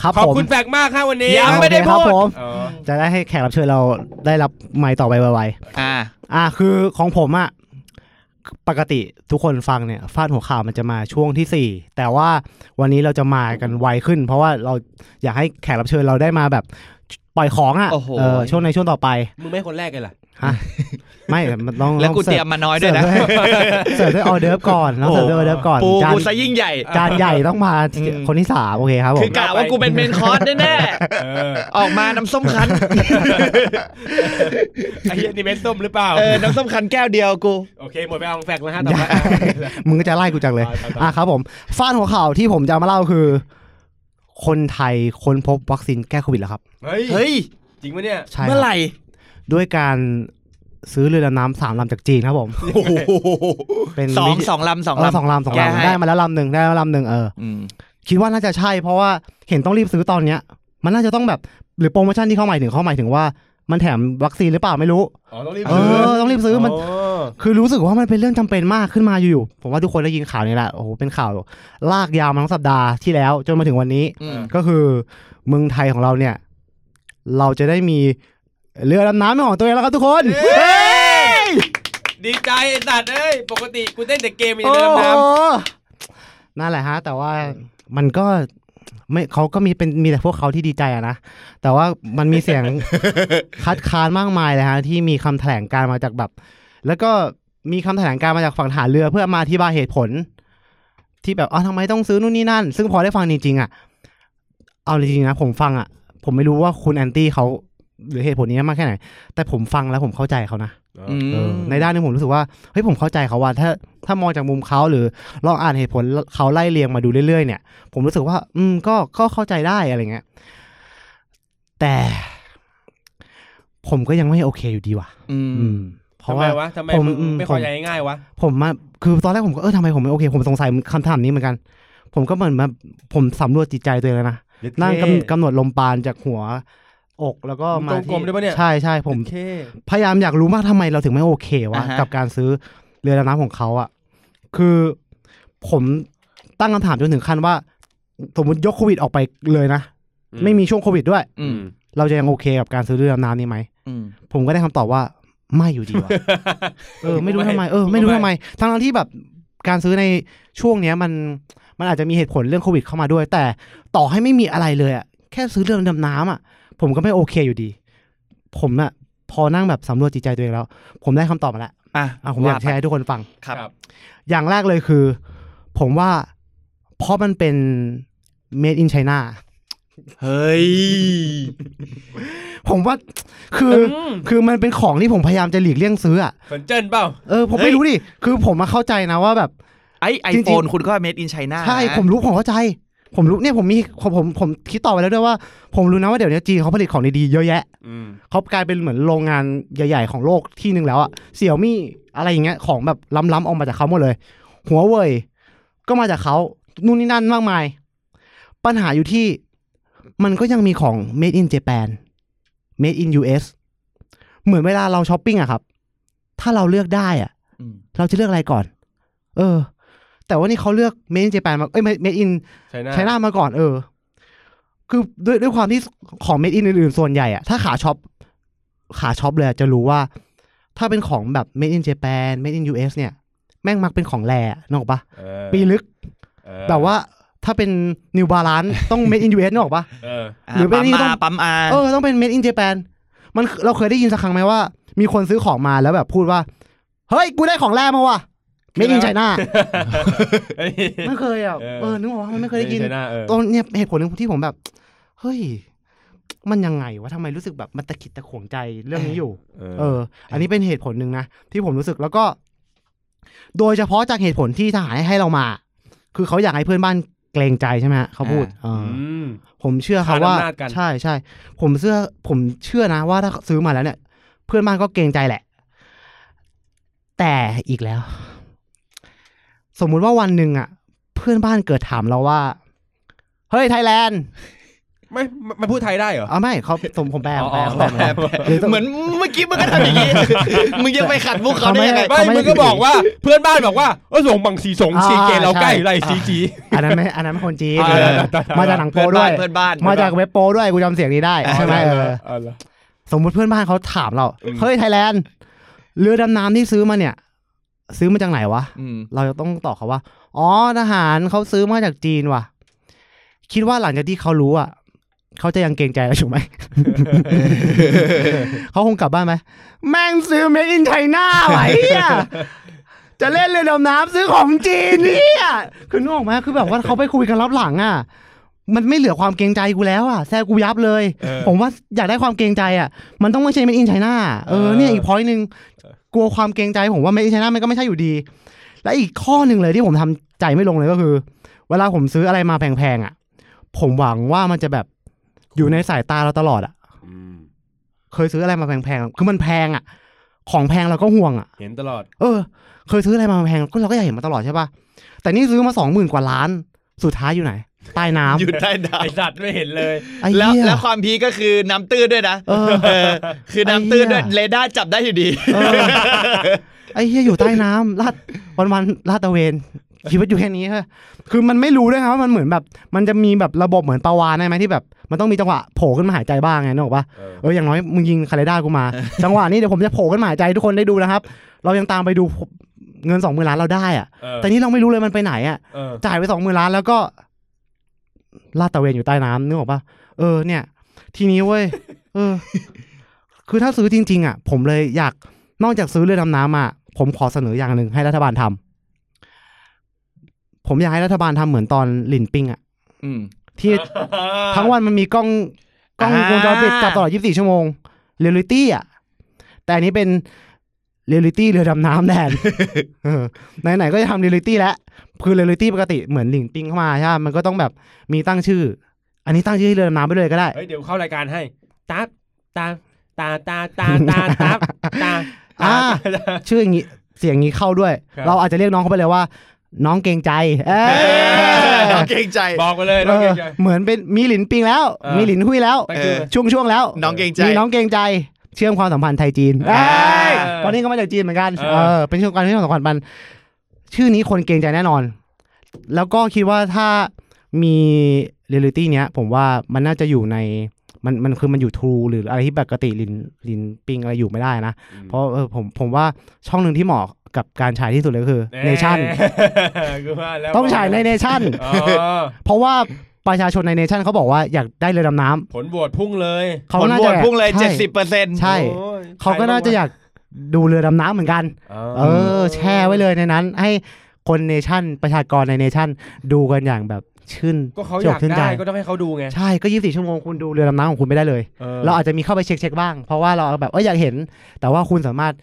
Speaker 7: ครับ
Speaker 5: ขอบ
Speaker 7: ผม
Speaker 5: คุณแฟกต์มากฮะวันนี้
Speaker 6: ยังไม่ได้
Speaker 7: โอเคครับ
Speaker 6: พูด
Speaker 7: ผม
Speaker 5: อ๋อ
Speaker 7: จะได้ให้แขกรับเชิญเราได้รับไมค์ต่อไปไวๆ
Speaker 6: อ่า
Speaker 7: อ่ะคือของผมอะปกติทุกคนฟังเนี่ยฟาดหัวข่าวมันจะมาช่วงที่ 4 แต่ว่าวันนี้เราจะมากันไวขึ้น เพราะว่าเราอยากให้แขกรับเชิญเราได้มาแบบปล่อยของอะ
Speaker 6: โอ้โห
Speaker 7: เออช่วงในช่วงต่อไป
Speaker 5: มึงไม่ให้คนแรกเลยล่ะ
Speaker 7: ไม่มันต้อง
Speaker 6: แล้วกู
Speaker 7: อง
Speaker 6: เต
Speaker 7: สิ
Speaker 6: รีย
Speaker 7: ฟ
Speaker 6: มมาน้อยด้วยนะ
Speaker 7: เสิร์ฟด้วย ออเดิร์ฟก่อนแล้วเสิร์ฟด้วยออเดิร์ฟก่อน
Speaker 6: ปู
Speaker 7: จาน
Speaker 6: กูซะยิ่งใหญ่
Speaker 7: จานใหญ่ต้องมา
Speaker 6: อืม
Speaker 7: คนที่สามโอเคครับผ
Speaker 6: คือ
Speaker 7: ม
Speaker 6: กะว่ากูเป็นเมนคอร์สแน่
Speaker 5: เออ
Speaker 6: ๆ ออกมาน้ำส้มคั้น
Speaker 5: ไอ้เหี้ยนี่เม็ดส้มหรือเปล่า
Speaker 6: เออ น้ำส้มคั้นแก้วเดียวกู
Speaker 5: โอเค หมดไปเอาของแฟกต์แล้วฮะต่อไป
Speaker 7: มึงก็จะไล่กูจังเลย
Speaker 5: ไปๆๆ
Speaker 7: อ่ะครับผมฟาดหัวข่าวที่ผมจะมาเล่าคือ คนไทยค้นพบวัคซีนแก้โควิดแล้วครับ
Speaker 5: เฮ้ย
Speaker 6: เฮ้ย
Speaker 5: จริงปะเนี่ย
Speaker 7: ใช่ค
Speaker 6: เมื่
Speaker 7: รั
Speaker 6: อบ ไหร่
Speaker 7: ด้วยการซื้อเรือดำน้ำสามลำจากจีนครับผม
Speaker 6: โอ้โห
Speaker 7: เป็น
Speaker 6: สอง
Speaker 7: วิธี
Speaker 6: สองลำสอง
Speaker 7: เออส
Speaker 6: ลำ
Speaker 7: องลำสอง
Speaker 6: แก้ให้
Speaker 7: ลำได้มาแล้วลำหนึ่งได้มาแล้วลำหนึ่งเออ
Speaker 6: อืม
Speaker 7: คิดว่าน่าจะใช่ เพราะว่าเห็นต้องรีบซื้อตอนเนี้ย มันน่าจะต้องแบบหรือโปรโมชั่นที่เขาหมายถึงเขาหมายถึงว่า มันแถมวัคซีนหรือเปล่าไม่รู้
Speaker 5: อ๋อ ต้องรีบ
Speaker 7: เอ
Speaker 5: ซื้อ
Speaker 7: อต้องรีบซื้อมัน
Speaker 5: อ๋อ
Speaker 7: คือรู้สึกว่ามันเป็นเรื่องจำเป็นมากขึ้นมาอยู่ๆผมว่าทุกคนได้ยินข่าวนี้แหละโอ้โหเป็นข่าวลากยาวมาทั้งสัปดาห์ที่แล้ว จนมาถึงวันนี้
Speaker 6: อืม
Speaker 7: ก็คือเมืองไทยของเราเนี่ย เราจะได้มีเรือดำน้ำเป็นของตัวเองแล้วครับทุกคน
Speaker 5: ดีใจไอ้สัตว์เอ้ย ปกติกูเต้นแต่เกมอย่าง
Speaker 7: โอ้
Speaker 5: เดียว
Speaker 7: โห
Speaker 5: น้ำ
Speaker 7: นั่นแหละฮะ แต่ว่ามันก็ไม่เขาก็มีเป็นมีแต่พวกเขาที่ดีใจอะนะ แต่ว่ามันมีเสียง คัดค้านมากมายเลยฮะ ที่มีคำแถลงการมาจากแบบ แล้วก็มีคำแถลงการมาจากฝั่งทหารเรือเพื่อมาอธิบายเหตุผล ที่แบบอ๋อทำไมต้องซื้อนู่นนี่นั่น ซึ่งพอได้ฟังจริงๆอ่ะเอาจริงๆนะผมฟังอ่ะ ผมไม่รู้ว่าคุณแอนตี้เขาหรือเหตุผลนี้มากแค่ไหน แต่ผมฟังแล้วผมเข้าใจเขานะ เออในด้านนี้ผมรู้สึกว่าเฮ้ยผมเข้าใจเขาว่าถ้าถ้ามองจากมุมเขาหรือลองอ่านเหตุผลเขาไล่เรียงมาดูเรื่อยๆ เนี่ย ผมรู้สึกว่า อืมก็ก็เข้าใจได้อะไรเงี้ยแต่ผมก็ยังไม่โอเคอยู่ดีว่ะ
Speaker 6: อื
Speaker 7: อื
Speaker 6: ม
Speaker 7: ม เพราะ
Speaker 5: ทำไม
Speaker 7: ว่า
Speaker 5: วะทำไม
Speaker 7: ผม
Speaker 5: มึง
Speaker 7: อืม
Speaker 5: ไม่
Speaker 7: ผ
Speaker 5: พอ
Speaker 7: ม
Speaker 5: ใจง่ายๆวะ
Speaker 7: ผมมาคือตอนแรกผมก็เออทำไมผมไม่โอเค ผมสงสัยคำถามนี้เหมือนกัน ผมก็เหมือนมาผมสำรวจจิตใจตัวเองแล้วนะนั่งกำกำหนดลมปราณจากหัว อกแล้วก็มา
Speaker 5: ตรงกลม
Speaker 7: ที่
Speaker 5: ได้ปะเนี่ย
Speaker 7: ใช่ใช่ผม
Speaker 5: เค
Speaker 7: พยายามอยากรู้มากทำไมเราถึงไม่โอเควะ
Speaker 6: าฮะ
Speaker 7: กับการซื้อเรือดำน้ำของเขาอะคือผมตั้งคำถามจนถึงขั้นว่า สมมติยกโควิดออกไปเลยนะ
Speaker 5: อืม
Speaker 7: ไม่มีช่วงโควิดด้วย
Speaker 6: อืม
Speaker 7: เราจะยังโอเคกับการซื้อเรือดำน้ำนี้ไหม
Speaker 6: อืม
Speaker 7: ผมก็ได้คำตอบว่าไม่อยู่ดีว ะ เออไม่รู้ทำไมเออไม่รู้ทำไมทั้งๆที่แบบการซื้อในช่วงเนี้ยมันมันอาจจะมีเหตุผลเรื่องโควิดเข้ามาด้วย แต่ต่อให้ไม่มีอะไรเลยอะแค่ซื้อเรือดำน้ำอะผมก็ไม่โอเคอยู่ดี ผมอะพอนั่งแบบสำรวจจิตใจตัวเองแล้ว ผมได้คำตอบมาแล้ว
Speaker 6: อ่ะ
Speaker 7: อ่ะผมอยากแชร์ให้ทุกคนฟัง
Speaker 6: ครับ
Speaker 7: อย่างแรกเลยคือ ผมว่าเพราะมันเป็น made in China
Speaker 6: เฮ้ย
Speaker 7: ผมว่าคืออคือมันเป็นของที่ผมพยายามจะหลีกเลี่ยงซื้ออะ
Speaker 5: สนเจนเปล่า
Speaker 7: เออผม
Speaker 6: เฮ้
Speaker 7: ไม่
Speaker 6: ย
Speaker 7: รู้ดิคือผมมาเข้าใจนะว่าแบบ
Speaker 6: ไอไอ
Speaker 7: จริ
Speaker 6: โฟน
Speaker 7: งๆ
Speaker 6: คุณก็ made in China
Speaker 7: ใช่
Speaker 6: นะ
Speaker 7: ผมรู้ผมเข้าใจ ผมรู้เนี่ยผมมีผมผมผมคิดต่อไปแล้วด้วยว่า ผมรู้นะว่าเดี๋ยวนี้จีนเขาผลิตของดีๆเยอะแยะ
Speaker 5: อืม
Speaker 7: เขากลายเป็นเหมือนโรงงานใหญ่ ๆ ของโลกที่หนึ่งแล้วอะเสี่ยวมี่อะไรอย่างเงี้ยของแบบล้ำๆออกมาจากเขาหมดเลย หัวเว่ยก็มาจากเขานู่นนี่นั่นมากมาย ปัญหาอยู่ที่มันก็ยังมีของ made in Japan made in US เหมือนเวลาเราช้อปปิ้งอะครับ ถ้าเราเลือกได้อะ
Speaker 6: อืม
Speaker 7: เราจะเลือกอะไรก่อน เออ แต่ว่านี่เขาเลือก made in Japan มาเอ้ย made in
Speaker 5: ใช่หน้า
Speaker 7: ใช้หน้ามาก่อนเออ คือด้วยด้วยความที่ของ made in อื่นๆ ส่วนใหญ่อะถ้าขาช็อปขาช็อปเลยอะจะรู้ว่า ถ้าเป็นของแบบ made in Japan made in US เนี่ย แม่งมักเป็นของแร่อะนึกออกปะ
Speaker 5: เออ
Speaker 7: ปีลึก
Speaker 5: เออ
Speaker 7: แบบว่าถ้าเป็น New Balance ต้อง made in US นึกออกปะ
Speaker 5: เออ
Speaker 6: อ่ะ
Speaker 7: หรือไม่
Speaker 6: ปั๊ม
Speaker 7: นี่ต้
Speaker 6: อา
Speaker 7: อง
Speaker 6: ปั๊มอา
Speaker 7: เออ ต้องเป็น made in Japan มันเราเคยได้ยินสักครั้งไหมว่า มีคนซื้อของมาแล้วแบบพูดว่า เฮ้ย กูได้ของแร่มาว่ะ made in China ไม่เคยอ่ะ
Speaker 5: เออ
Speaker 7: เออ นึกออกว่ามันไม่เคยได้ยิน
Speaker 5: ใช่หน้าเออ
Speaker 7: ตอนเนี่ยเหตุผลหนึ่งที่ผมแบบ เฮ้ย มันยังไงวะทำไมรู้สึกแบบมันตะขิดตะขวงใจเรื่องนี้อยู่ เออ อันนี้เป็นเหตุผลหนึ่งนะ ที่ผมรู้สึกแล้วก็ โดยเฉพาะจากเหตุผลที่ทหารให้เรามา คือเขาอยากให้เพื่อนบ้านเกรงใจใช่ไหมฮะเขาพูดเอออ
Speaker 5: ม
Speaker 7: ผมเชื่อครับว่า
Speaker 5: คานอำนาจกัน
Speaker 7: ใช่ใช่ผมเชื่อผมเชื่อนะว่าถ้าซื้อมาแล้วเนี่ย เพื่อนบ้านก็เกรงใจแหละ แต่อีกแล้ว สมมุติว่าวันหนึ่งอ่ะ เพื่อนบ้านเกิดถามเราว่า เฮ้ยไทยแลนด์
Speaker 5: ไม่ไม่มันพูดไทยได้เหรอ
Speaker 7: เอาไม่เขาสมผมแปลผมแปลผมแปลผมแปล
Speaker 6: แบบ
Speaker 7: หรือต้อง
Speaker 6: เหมือนเมื่อกี้มึงก็ทำอย่างนี้ มึงยังไปขัดมุกเขาได้ยังไง
Speaker 5: ไม่
Speaker 7: เขาไม่ได้
Speaker 5: มึงก็บอกว่า เพื่อนบ้านบอกว่าเออส่งบังสีสง
Speaker 7: อ่า
Speaker 5: สีเกเราใกล้
Speaker 7: ใช่
Speaker 5: ไรสีจี
Speaker 7: อันนั้นไม่อันนั้นไม่คนจีน
Speaker 6: เออ
Speaker 7: เออมาจากหนังโป
Speaker 6: เพื่อน
Speaker 7: ด้
Speaker 6: บ้า
Speaker 7: วน ย
Speaker 6: เพื่อนบ้าน
Speaker 7: มาจากเว็บโปด้วยกูจำเสียงนี้ได้ใช่ไหมเออ
Speaker 5: เอาล่ะ
Speaker 7: สมมุติเพื่อนบ้านเขาถามเรา
Speaker 5: อืม
Speaker 7: เฮ้ยไทยแลนด์เรือดำน้ำที่ซื้อมาเนี่ย ซื้อมาจากไหนวะ
Speaker 6: อืม
Speaker 7: เราจะต้องตอบเขาว่า อ๋อทหารเขาซื้อมาจากจีนว่ะ คิดว่าหลังจากที่เขารู้อ่ะเขาจะยังเกรงใจเราอยู่ไหม เขาคงกลับบ้านไหม แม่งซื้อ made in China ไว้อะจะเล่นเรือดำน้ำซื้อของจีนเนี่ยคือนึกออกไหมคือแบบว่าเขาไปคุยกันรับหลังอ่ะ มันไม่เหลือความเกรงใจกูแล้วอ่ะแซ่กูยับเลย
Speaker 5: เออ
Speaker 7: ผมว่าอยากได้ความเกรงใจอ่ะ มันต้องไม่ใช่ made in China เออเนี่ยอีกพอยหนึ่งกลัวความเกรงใจผมว่า made in China มันก็ไม่ใช่อยู่ดี และอีกข้อหนึ่งเลยที่ผมทำใจไม่ลงเลยก็คือ เวลาผมซื้ออะไรมาแพงๆอ่ะ ผมหวังว่ามันจะแบบอยู่ในสายตาเราตลอดอ่ะ เคยซื้ออะไรมาแพงๆ คือมันแพงอ่ะ ของแพงเราก็ห่วงอ่ะ
Speaker 5: เห็นตลอด
Speaker 7: เออ เคยซื้ออะไรมาแพงก็เราก็อยากเห็นมาตลอดใช่ป่ะ แต่นี่ซื้อมาสองหมื่นกว่าล้าน สุดท้ายอยู่ไหน ใต้น้
Speaker 6: อยู่ใต้ดาว
Speaker 5: ไอสัตว์ไม่เห็นเลย
Speaker 7: ำไอ้
Speaker 6: แล้ว
Speaker 7: เหี้ย
Speaker 6: แล้วความพีคก็คือน้ำตื้นด้วยนะ
Speaker 7: เออ
Speaker 6: เออคือน้ำตื้นด้วย
Speaker 7: ไอ้เหี้ย
Speaker 6: เรดาร์จับได้อยู่ดี
Speaker 7: เออไอ้เหี้ยอยู่ใต้น้ำลาดวันวันๆลาดตระเวนชีวิตอยู่แค่นี้ค่ะคือมันไม่รู้ด้วยครับว่ามันเหมือนแบบ มันจะมีแบบระบบเหมือนปลาวานได้ไหมที่แบบ มันต้องมีจังหวะโผล่ขึ้นมาหายใจบ้างไงนึกออกปะ
Speaker 5: เออ
Speaker 7: เอออย่างน้อย มึงยิงคาเรด้ากูมา จังหวะนี้เดี๋ยวผมจะโผล่ขึ้นมาหายใจทุกคนได้ดูนะครับ เรายังตามไปดู เงินสองหมื่นล้านเราได้อ่ะ
Speaker 5: เออ
Speaker 7: แต่นี่เราไม่รู้เลยมันไปไหนอ่ะ
Speaker 5: เออ
Speaker 7: จ่ายไปสองหมื่นล้านแล้วก็ ลาดตระเวนอยู่ใต้น้ำนึกออกปะเออเนี่ย ทีนี้เว้ยเออ คือถ้าซื้อจริง ๆ อ่ะ ผมเลยอยากนอกจากซื้อเรือดำน้ำอ่ะผมขอเสนออย่างหนึ่งให้รัฐบาลทำผมอยากให้รัฐบาลทำเหมือนตอนหลินปิงอ่ะ
Speaker 6: อืม
Speaker 7: ที่ทั้งวันมันมีกล้องกล้อง
Speaker 6: อ่า
Speaker 7: วงจรปิดจับตลอด 24 ชั่วโมงเรียลลิตี้อ่ะ แต่อันนี้เป็นเรียลลิตี้เรือดำน้ำแท น เออไหนๆก็จะทำเรียลลิตี้แล้วคือเรียลลิตี้ปกติเหมือนหลิงปิงเข้ามาใช่ไหมมันก็ต้องแบบมีตั้งชื่อ อันนี้ตั้งชื่อให้เรือดำน้ำไปเลยก็ ได้
Speaker 5: เฮ้ยเดี๋ยวเข้ารายการให้ตับตาตาตาตาตาตับตา
Speaker 7: อ่า
Speaker 5: ตา
Speaker 7: ชื่ออย่างนี้เสียงอย่างนี้เข้าด้วย
Speaker 5: ครับ
Speaker 7: เราอาจจะเรียกน้องเข้าไปเลยว่า น้องเกรงใจ เอ้ย
Speaker 6: น้องเกรงใจ
Speaker 5: บอกไปเลย
Speaker 7: เอ
Speaker 5: น้องเกร
Speaker 7: อง
Speaker 5: ใจ
Speaker 7: เหมือนเป็นมีหลินปิงแล้ว
Speaker 5: เออ
Speaker 7: มีหลินหุ้ยแล้ว
Speaker 5: ตั้งชื่อ
Speaker 6: เออ
Speaker 7: ช่วงช่วงๆแล้ว
Speaker 6: น้องเกรงใจ
Speaker 7: มีน้องเกรงใจ เชื่อมความสัมพันธ์ไทยจีน
Speaker 5: อ่า
Speaker 7: เอ้ยตอนนี้ก็มาจากจีนเหมือนกัน
Speaker 5: เออ
Speaker 7: เออเป็นช่วงการเชื่อมความสัมพันธ์มัน ชื่อนี้คนเกรงใจแน่นอน แล้วก็คิดว่าถ้ามีเรียลิตี้เนี้ย ผมว่ามันน่าจะอยู่ในมันมันคือมันอยู่ทรูหรืออะไรที่ปกติลินลินปิงอะไรอยู่ไม่ได้นะ เพราะเออผมผมว่าช่องหนึ่งที่เหมาะกับการฉายที่สุดเลยก็คือเนชั่น
Speaker 5: เออกูว่าแล้ว
Speaker 7: ต้องฉายในเนชั่น
Speaker 5: อ๋อ
Speaker 7: เพราะว่าประชาชนในเนชั่นเขาบอกว่าอยากได้เรือดำน้
Speaker 5: ผลโหวตพุ่งเลย
Speaker 7: ำเขา
Speaker 6: ผล
Speaker 7: น่า
Speaker 6: โหว
Speaker 7: จะ
Speaker 6: ตพุ่งเลย
Speaker 7: ใช่
Speaker 6: 70เปอร์เซ็นต์
Speaker 7: ใช่
Speaker 5: โอ้ย
Speaker 7: เขาก็น่าจะอยากดูเรือดำน้ำเหมือนกัน เออ แช่ไว้เลยในนั้น ให้คนเนชั่นประชากรในเนชั่นดูกันอย่างแบบชื่น
Speaker 5: ก็เขาอยาก
Speaker 7: ชื่นใจ
Speaker 5: ได้ก็ต้องให้เขาดูไง
Speaker 7: ใช่ก็ยี่สิบสี่ชั่วโมงคุณดูเรือดำน้ำของคุณไม่ได้เลย
Speaker 5: เออ
Speaker 7: เราอาจจะมีเข้าไปเช็คเช็คๆบ้าง เพราะว่าเราแบบเอออยากเห็น แต่ว่าคุณสามารถ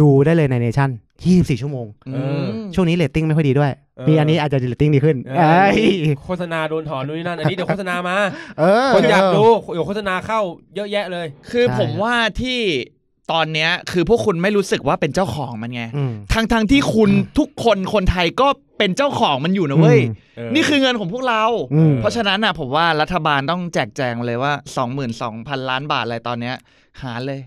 Speaker 7: ดูได้เลยในเนชั่นยี่สิบสี่ชั่วโมง
Speaker 5: เออ
Speaker 7: ช่วงนี้เรตติ้งไม่ค่อยดีด้วย
Speaker 5: เออ
Speaker 7: ปีอันนี้อาจจะเรตติ้งดีขึ้น
Speaker 5: เอ
Speaker 7: เอ้
Speaker 5: อย โฆษณาโดนถอนนู่นนี่นั่นอันนี้เดี๋ยวโฆษณามา
Speaker 7: เออ
Speaker 5: คนอยากดูเดี๋ยวโฆษณาเข้าเยอะแยะเลย
Speaker 6: คือ
Speaker 7: ใช่
Speaker 6: ผมว่าที่ตอนเนี้ยคือพวกคุณไม่รู้สึกว่าเป็นเจ้าของมันไง
Speaker 7: อืม
Speaker 6: ทั้งทงๆที่คุณทุกคนคนไทยก็เป็นเจ้าของมันอยู่นะเว้ย นี่คือเงินของพวกเรา
Speaker 7: อืม
Speaker 6: เพราะฉะนั้นน่ะผมว่ารัฐบาลต้องแจกแจงเลยว่า 22,000 ล้านบาทอะไรตอนเนี้ย หารเลย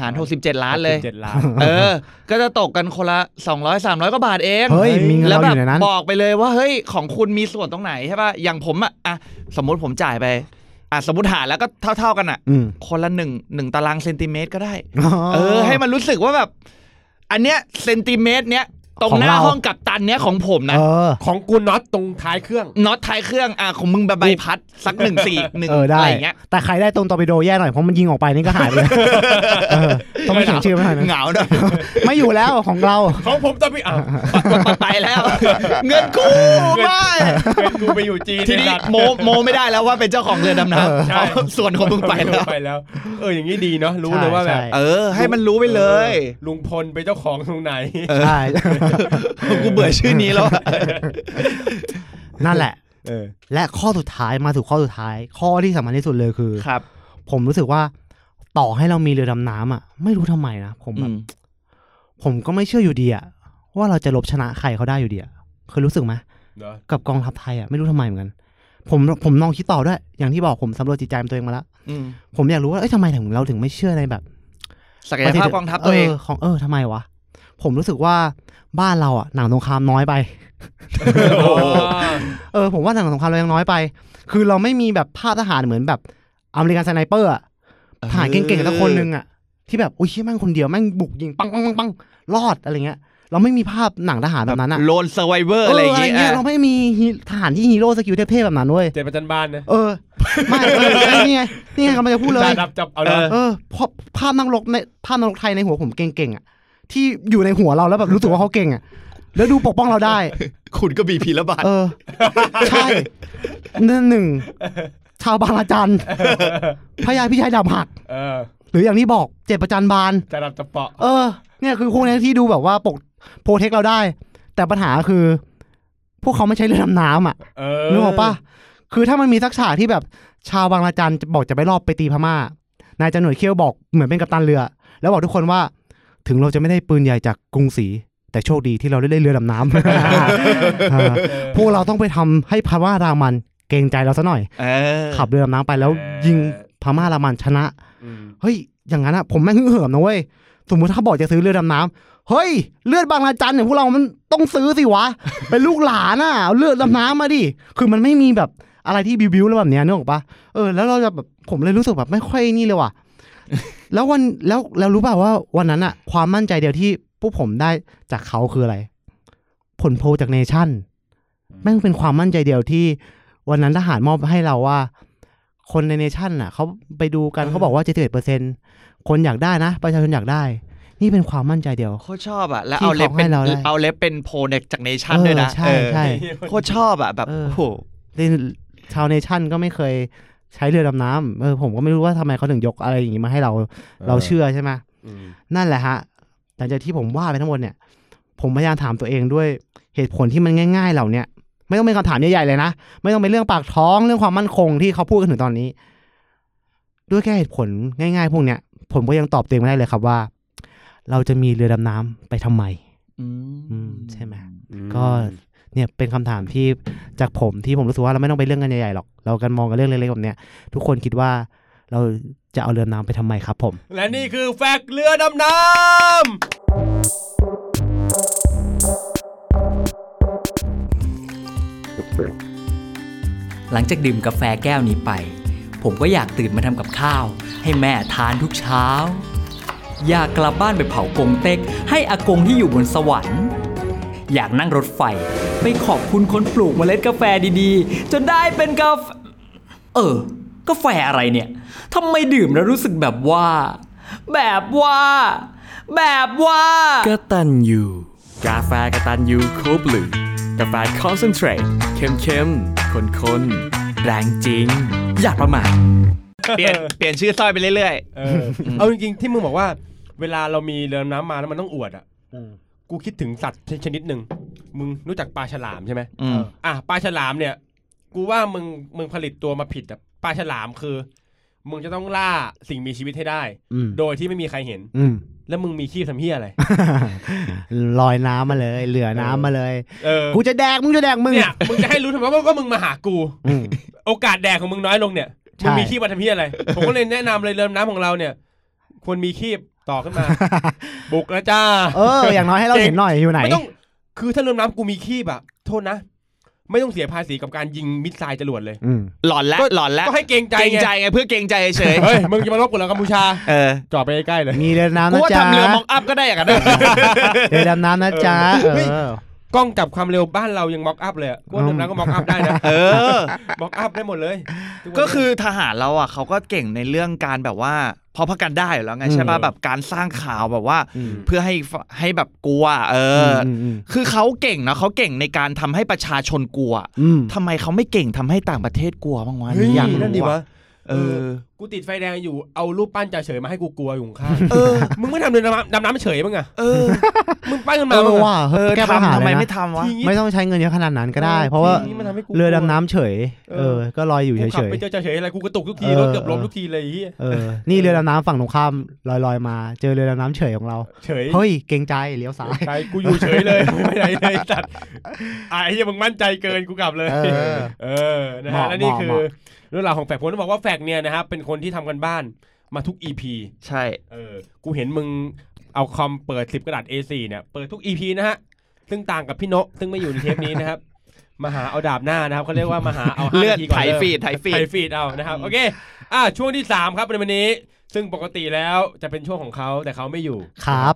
Speaker 6: หาร 67 ล้านเลย
Speaker 5: เจ็ดล้าน
Speaker 6: เออ ก็จะตกกันคนละ 200 300กว่าบาทเอง
Speaker 7: เฮ้ยมีเงิน
Speaker 6: แล้ว
Speaker 7: เรา
Speaker 6: แบ
Speaker 7: อบ ยู่ในนั้น
Speaker 6: บอกไปเลยว่าเฮ้ยของคุณมีส่วนตรงไหนใช่ป่ะ อย่างผมอ่ะอะสมมติผมจ่ายไปอ่ะสมมติหารแล้วก็เท่า ๆกันอ่ะ
Speaker 7: อืม
Speaker 6: คนละหนึ่งหนึ่งตารางเซนติเมตรก็ได้ เออ ให้มันรู้สึกว่าแบบ อันเนี้ยเซนติเมตรเนี้ยตรงหน้าห้องกับตันเนี้ยของผมนะ
Speaker 7: เออ
Speaker 5: ของกูน็อตตรงท้ายเครื่อง
Speaker 6: น็อตท้ายเครื่องอ่ะของมึงแบบใบพัด สักหนึ่งสี่หนึ่ง
Speaker 7: เออ
Speaker 6: อะ
Speaker 7: ได้
Speaker 6: ไรอย่างเงี้ย
Speaker 7: แต่ใครได้ตรงตอร์ปิโดแย่หน่อยเพราะมันยิงออกไปนี่ก็หายไปเลย เออต้องไม่เขียนชื่อไม่หน่อย
Speaker 6: เห
Speaker 7: นะ
Speaker 6: งาเนอะ
Speaker 7: ไม่อยู่แล้วของเรา
Speaker 5: ของผมตะพี่อ่ะ
Speaker 6: ไปแล้ว เงินกู้ไม่
Speaker 5: เป็นกูไปอยู่จีน
Speaker 6: ทีนี้
Speaker 5: ไอ้สัตว์
Speaker 6: โมโมไม่ได้แล้วว่าเป็นเจ้าของเรือดำน้
Speaker 5: ใช่
Speaker 6: ำส่วนของมึงไปแล้ว
Speaker 5: ไปแล้ว เอออย่างนี้ดีเนาะรู้เลยว่าแบบ
Speaker 6: เออ ให้มันรู้ไปเลย
Speaker 5: ลุงพลเป็นเจ้าของตรงไหน
Speaker 7: ใช่
Speaker 6: กูเบื่อชื่อนี้แล้วอะ
Speaker 7: นั่นแหละ
Speaker 5: เออ
Speaker 7: และข้อสุดท้ายมาสู่ข้อสุดท้าย ข้อที่สำคัญที่สุดเลยคือ
Speaker 6: ครับ
Speaker 7: ผมรู้สึกว่าต่อให้เรามีเรือดำน้ำอ่ะ ไม่รู้ทำไมนะผม
Speaker 6: อื
Speaker 7: แบบ
Speaker 6: ม
Speaker 7: ผมก็ไม่เชื่ออยู่ดีอ่ะว่าเราจะลบชนะใครเขาได้อยู่ดีอ่ะเคยรู้สึกไหม
Speaker 5: เนอะ
Speaker 7: กับกองทัพไทยอ่ะไม่รู้ทำไมเหมือนกัน ผมผมลองคิดต่อด้วย อย่างที่บอกผมสำรวจจิตใจตัวเองมาแล้ว
Speaker 6: อืม
Speaker 7: ผมอยากรู้ว่าเอ้ยทำไมถึงเราถึงไม่เชื่อในแบบ
Speaker 6: ศักยภาพกองทัพตัวเอง
Speaker 7: ของเออทำไมวะ ผมรู้สึกว่าบ้านเราอ่ะหนังสงครามน้อยไป เออผมว่าหนังสงครามเรายังน้อยไป คือเราไม่มีแบบภาพทหารเหมือนแบบอเมริกันสไนเปอร์อะทหารเก่งๆแต่คนหนึ่งอ่ะที่แบบโอ้ยเหี้ยแม่งคนเดียวแม่งบุกยิงปังปังปังปังรอดอะไรเงี้ย เราไม่มีภาพหนังทหารแบบนั้นอ่ะ
Speaker 6: โลนเซอร์ไวเวอร์อะไรอย่าง
Speaker 7: เออ
Speaker 6: เงี้
Speaker 7: เงี้ย
Speaker 6: ย
Speaker 7: เราไม่มีฮีทหารที่ฮีโร่สกิลเทพๆแบบนั้นเว้ย
Speaker 5: เจ็ดประจันบานนะ
Speaker 7: เออไม่เออนี่ไงนี่ไงกำลังจะพูดเลย
Speaker 5: จ่าดับจับเอาเลย
Speaker 7: เออเพราะภาพนักรบในภาพนักรบไทยในหัวผมเก่งๆอ่ะที่อยู่ในหัวเราแล้ว แบบรู้สึกว่าเขาเก่งอ่ะแล้วดูปกป้องเราได้
Speaker 6: คุณก็บีพีละบาท
Speaker 7: เออ ใช่นั่นหนึ่งชาวบางระจันพญาพิชัยดาบหัก
Speaker 5: เออ
Speaker 7: หรืออย่างที่บอกเจ็ดประจันบาน
Speaker 5: จ่าดับจับเปาะ
Speaker 7: เออ เนี่ยคือพวกนี้ที่ดูแบบว่าปกโปรเทคเราได้ แต่ปัญหาคือ พวกเขาไม่ใช้เรือดำน้ำอ่ะ
Speaker 5: เอ
Speaker 7: นึกออกปะคือถ้ามันมีสักฉากที่แบบชาวบางระจันจะบอกจะไปรอบไปตีพม่า นายจะหน่วยเคี้ยวบอกเหมือนเป็นกัปตันเรือ แล้วบอกทุกคนว่า ถึงเราจะไม่ได้ปืนใหญ่จากกรุงศรีแต่โชคดีที่เราได้เรือดำน้ ำ อ่า
Speaker 5: เออ
Speaker 7: พวกเราต้องไปทำให้พม่ารามันเกรงใจเราซะหน่อย
Speaker 6: เออ
Speaker 7: ขับเรือดำน้ำไปแล้ว
Speaker 5: เออ
Speaker 7: ยิงพม่ารามันชนะ
Speaker 5: อืม
Speaker 7: เฮ้ย อย่างนั้นอะผมแม่งฮึ่งเหิมนะเว้ย สมมติถ้าบอกจะซื้อเรือดำน้ำเฮ้ย เลือดบางระจันเนี่ยพวกเรามันต้องซื้อสิวะ เป็นลูกหลานอะเอาเลือดดำน้ำมาดิ คือมันไม่มีแบบอะไรที่บิวบิวๆแล้วแบบเนี้ยนึกออกปะเออ แล้วเราจะแบบผมเลยรู้สึกแบบไม่ค่อยนี่เลยว่ะ แล้ววันแล้วแล้วรู้ป่าวว่าวันนั้นอะความมั่นใจเดียวที่พวกผมได้จากเขาคืออะไร ผลโพลจากเนชั่นแม่งเป็นความมั่นใจเดียวที่ วันนั้นทหารมอบให้เราว่า คนในเนชั่นอ่ะเขาไปดูกันเขาบอกว่า71เปอร์เซ็นคนอยากได้นะ ประชาชนอยากได้ นี่เป็นความมั่นใจเดียว
Speaker 6: โคตรชอบอ่ะ แล้ว
Speaker 7: ที่
Speaker 6: เอาเล็บเป็น
Speaker 7: ของให้เราได้
Speaker 6: เอาเล็บเป็นโพเน็กจากเนชั่นด้วยนะ
Speaker 7: เออใช่
Speaker 6: เออ
Speaker 7: ใช่
Speaker 6: โคตรชอบอ่ะแบบ
Speaker 7: เออ
Speaker 6: โอ้โห
Speaker 7: ที่ชาวเนชั่นก็ไม่เคยใช้เรือดำน้ำเออผมก็ไม่รู้ว่าทำไมเขาถึงยกอะไรอย่างนี้มาให้เราเราเชื่อใช่ไหม
Speaker 5: อืม
Speaker 7: นั่นแหละฮะหลังจากที่ผมว่าไปทั้งหมดเนี่ย ผมพยายามถามตัวเองด้วยเหตุผลที่มันง่าย ๆ เหล่าเนี้ยไม่ต้องเป็นคำถามใหญ่ๆเลยนะ ไม่ต้องเป็นเรื่องปากท้องเรื่องความมั่นคงที่เขาพูดกันถึงตอนนี้ ด้วยแค่เหตุผลง่าย ๆ พวกเนี้ย ผมก็ยังตอบตัวเองไม่ได้เลยครับว่า เราจะมีเรือดำน้ำไปทำไม
Speaker 6: อื
Speaker 7: อื
Speaker 6: ม
Speaker 7: มใช่ไหม ก็เนี่ยเป็นคำถามที่จากผมที่ผมรู้สึกว่าเราไม่ต้องไปเรื่องกันใหญ่ๆหรอก เรากันมองกันเรื่องเล็กๆแบบเนี้ยทุกคนคิดว่าเราจะเอาเรือน้ำไปทำไมครับผม
Speaker 5: และนี่คือแฟกต์เรือดำน้ำ
Speaker 8: หลังจากดื่มกาแฟแก้วนี้ไป ผมก็อยากตื่นมาทำกับข้าว ให้แม่ทานทุกเช้า อยากกลับบ้านไปเผากงเต็ก ให้อากงที่อยู่บนสวรรค์ อยากนั่งรถไฟ ไปขอบคุณคนปลูกเมล็ดกาแฟดีๆ จนได้เป็นกาแฟ เออ กาแฟอะไรเนี่ยทำไมดื่มแล้วรู้สึกแบบว่า แบบว่า แบบว่า
Speaker 9: กตันยูกาแฟกตันยูโคบลูกาแฟคอนเซนเทรตเข้มๆข้นๆแรงจริง อย่าประมาท
Speaker 6: เป ลี่ยนเปลี่ยนชื่อสร้อยไปเรื่อย
Speaker 5: เออเอาจริงๆที่มึงบอกว่า เวลาเรามีเรือดำน้ำมาแล้วมันต้องอวดอ่ะกูคิดถึงสัตว์ชนิดหนึ่งมึงรู้จักปลาฉลามใช่ไหม
Speaker 6: ๆอืม
Speaker 5: อ่ะปลาฉลามเนี่ย กูว่ามึงมึงผลิตตัวมาผิดอ่ะปลาฉลามคือ มึงจะต้องล่าสิ่งมีชีวิตให้ได้
Speaker 7: อืม
Speaker 5: โดยที่ไม่มีใครเห็น
Speaker 7: อืม
Speaker 5: แล้วมึงมีขี้ทำเฮียอะไร
Speaker 7: ลอยน้ำมาเลยเหลือน้ำมาเลย
Speaker 5: เออ
Speaker 7: กูจะแดกมึงจะแดกมึง
Speaker 5: เนี่ยมึงจะให้รู้ทำไมว่าว่ามึงมาหากู
Speaker 7: อืม
Speaker 5: โอกาสแดกของมึงน้อยลงเนี่ย
Speaker 7: ใช่
Speaker 5: มึงมีขี้มาทำเฮียอะไร ผมก็เลยแนะนำเลยเริ่มน้ำของเราเนี่ย ควรมีขี้ต่อขึ้นมา บุกนะจ้า
Speaker 7: เออ อย่างน้อยให้เราเห็นหน่อยอยู่ไหน
Speaker 5: ไม่ต้อง คือถ้าเริ่มน้ำกูมีขี้แบบโทษนะ ไม่ต้องเสียภาษีกับการยิงมิสไซล์จรวดเลย
Speaker 7: อืม
Speaker 6: หลอนแล้วหลอนแล้ว
Speaker 5: ก็ให้เกรงใจ
Speaker 6: เกรง
Speaker 5: ไง
Speaker 6: ใจไงเพื่อเกรงใจเฉย
Speaker 5: เฮ้ยมึงจะมาลบกูแล้วกัมพูชา
Speaker 6: เออ
Speaker 5: จอดไปใกล้ๆเลย
Speaker 7: มีเรือน้ำ
Speaker 6: กู
Speaker 7: นะ
Speaker 6: ว่า
Speaker 7: จ๊ะ
Speaker 6: ทำเรือมองอัพก็ได้อย่างนั้นนะ
Speaker 7: เรือดำน้ำนะจ๊ะเอ
Speaker 5: เฮ้ย
Speaker 7: อก
Speaker 5: ล้องจับความเร็วบ้านเรายังม็อกอัพเลยอะกล้องดำน้ำก็ม็อกอัพได้นะ
Speaker 6: เออ
Speaker 5: ม็อกอัพได้หมดเลยทุวันนี้
Speaker 6: ก็คือทหารเราอ่ะเขาก็เก่งในเรื่องการแบบว่าพอพักกันได้อยู่แล้วไงใช่ป่ะแบบการสร้างข่าวแบบว่า
Speaker 7: อืม
Speaker 6: เพื่อให้ฝให้แบบกลัว เอออ
Speaker 7: มอืม
Speaker 6: คือเขาเก่งนะเขาเก่งในการทำให้ประชาชนกลัว
Speaker 7: อืม
Speaker 6: ทำไมเขาไม่เก่งทำให้ต่างประเทศกลัวบ้างวะ
Speaker 5: เฮ้ย
Speaker 6: อยาก
Speaker 5: นั่นดี
Speaker 6: รู้อะ
Speaker 5: วะ
Speaker 6: เออ
Speaker 5: กูติดไฟแดงอยู่เอารูปปั้นจ่าเฉยมาให้กูกลัวอยู่ข้างๆ
Speaker 6: เออ
Speaker 5: มึงไม่ทำเรือดำน้ำดำน้ำเฉยมั้างอะ
Speaker 6: เออ
Speaker 5: มึงปั้นกัน
Speaker 7: เอ
Speaker 5: มา
Speaker 7: อ
Speaker 5: บ้างอะ
Speaker 7: ว่าเฮ้ยแก้ปัญหา
Speaker 6: ทำ
Speaker 7: เล
Speaker 6: ทำ
Speaker 7: ย
Speaker 6: ไม
Speaker 7: นะ
Speaker 6: ไม่ทำวะ
Speaker 5: ทีนี้
Speaker 7: ไม่ต้องใช้เงินเยอะขนาดนั้นก็ได้ เพราะว่า
Speaker 5: ทีนี้มันทำให้กู
Speaker 7: เรือดำน้ำเฉย เออ ก็ลอยอยู่
Speaker 5: กูขับ
Speaker 7: เฉย
Speaker 5: ไปเจอจ่าเฉยอะไรกูกระตุกทุกที
Speaker 7: เออ
Speaker 5: รถเกือบล้มทุกทีเลยไอ้เหี้ย
Speaker 7: ๆ เออ นี่เรือดำน้ำฝั่งตรงข้ามลอยลอยๆมา เจอเรือดำน้ำเฉยของเรา
Speaker 5: เฉย
Speaker 7: เฮ้ย เกรงใจ เลี้ยวซ้าย
Speaker 5: ใช่กูอยู่เฉย เลยไม่ไปไหนเลยสัตว์อ่ะไอ้เหี้ยมึงมั่นใจเกินกูกลับเลย
Speaker 7: เออ
Speaker 5: เออ นะ
Speaker 7: เห
Speaker 5: ฮะ
Speaker 7: มาะ
Speaker 5: และนี่
Speaker 7: เหมาะ
Speaker 5: คือ
Speaker 7: เหมาะ
Speaker 5: เรื่องราวของแฟกผมต้องบอกว่าแฟกเนี่ยนะครับเป็นคนที่ทำกันบ้านมาทุก EP
Speaker 6: ใช่
Speaker 5: เออ กูเห็นมึงเอาคอมเปิด 10 กระดาษ A4 เนี่ย เปิดทุก EP นะฮะ ซึ่งต่างกับพี่โนะซึ่งไม่อยู่ในเทปนี้นะครับ มาหาเอาดาบหน้านะครับเขาเรียกว่ามาหาเอาห้า
Speaker 6: เลือด
Speaker 5: นาทีก่
Speaker 6: ไถ
Speaker 5: อน
Speaker 6: ฟีด
Speaker 5: เริ่ม
Speaker 6: ไถฟี
Speaker 5: ไถ
Speaker 6: ด
Speaker 5: ฟีดเอานะครับ โอเค อ่ะช่วงที่ 3 ครับในวันนี้ ซึ่งปกติแล้วจะเป็นช่วงของเขาแต่เขาไม่อยู่
Speaker 7: ครับ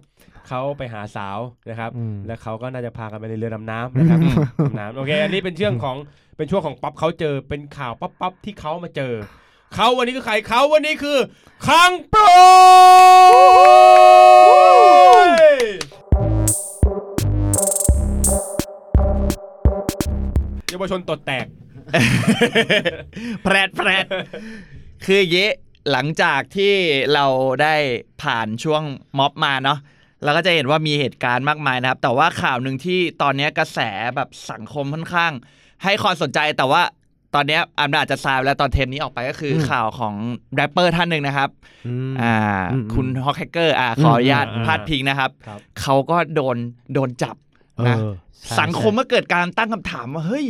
Speaker 5: เขาไปหาสาวนะครับ
Speaker 7: อืม
Speaker 5: แล้วเขาก็น่าจะพากันไปในเรือดำน้ำนะครับดำน้ำโอเค อันนี้เป็นเรื่องของเป็นช่วงของป๊อปเขาเจอเป็นข่าวป๊อปป๊อปที่เขามาเจอ เขาวันนี้คือใครเขาวันนี้คือคังโปรยเยาวชนตดแตก
Speaker 6: แพรดแพรดคืออย่างงี้หลังจากที่เราได้ผ่านช่วงม็อบมาเนาะเราก็จะเห็นว่ามีเหตุการณ์มากมายนะครับ แต่ว่าข่าวหนึ่งที่ตอนเนี้ยกระแสแบบสังคมค่อนข้าง ให้ความสนใจแต่ว่าตอนเนี้ยอำนาจจะซายแล้วตอนเทมนี้ออกไปก็คืออข่าวของแรปเปอร์ท่านหนึ่งนะครับ
Speaker 7: อืม
Speaker 6: อ่า
Speaker 7: อืม
Speaker 6: คุณฮอกแฮกเกอร์อ่าขออนุญาต
Speaker 5: อืม
Speaker 6: พาดพิงนะครับ
Speaker 5: ครับ
Speaker 6: เขาก็โดนโดนจับนะ
Speaker 7: เออใช่
Speaker 6: สังคมก็เกิดการตั้งคำถามว่า เฮ้ย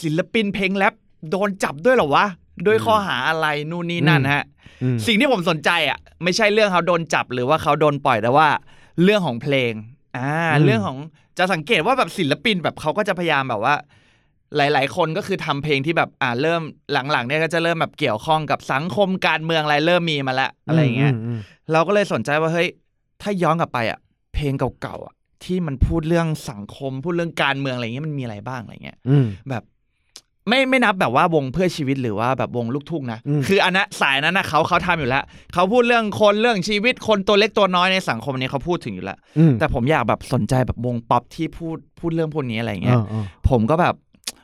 Speaker 6: ศิลปินเพลงแรปโดนจับด้วยเหรอวะ ด้วยข้อหาอะไรนู่นนี่นั่น
Speaker 7: อืม
Speaker 6: ฮะ
Speaker 7: อืม
Speaker 6: สิ่งที่ผมสนใจอ่ะ ไม่ใช่เรื่องเขาโดนจับหรือว่าเขาโดนปล่อยแต่ว่า เรื่องของเพลง อ่า
Speaker 7: อืม
Speaker 6: เรื่องของจะสังเกตว่าแบบศิลปินแบบเขาก็จะพยายามแบบว่า หลาย ๆ คนก็คือทำเพลงที่แบบอ่าเริ่มหลังๆเนี่ยก็จะเริ่มแบบเกี่ยวข้องกับสังคมการเมืองอะไรเริ่มมีมาละอะไรอย่างเงี้ย
Speaker 7: มม
Speaker 6: เราก็เลยสนใจว่าเฮ้ยถ้าย้อนกลับไปอ่ะ เพลงเก่าๆอ่ะ ที่มันพูดเรื่องสังคม พูดเรื่องการเมืองอะไรเงี้ยมันมีอะไรบ้างอะไรเงี้ย
Speaker 7: อืม
Speaker 6: แบบไม่ไม่นับแบบว่าวงเพื่อชีวิตหรือว่าแบบวงลูกทุ่งนะ
Speaker 7: อืม
Speaker 6: คืออันนั้นสายนั้นนะเขาเขาทำอยู่แล้วเขาพูดเรื่องคนเรื่องชีวิตคนตัวเล็กตัวน้อยในสังคมนี้เขาพูดถึงอยู่แล้ว
Speaker 7: อืม
Speaker 6: แต่ผมอยากแบบสนใจแบบวงป๊อปที่พูดพูดเรื่องพวกนี้อะไรเงี้ย
Speaker 7: เออ
Speaker 6: ผมก็แบบ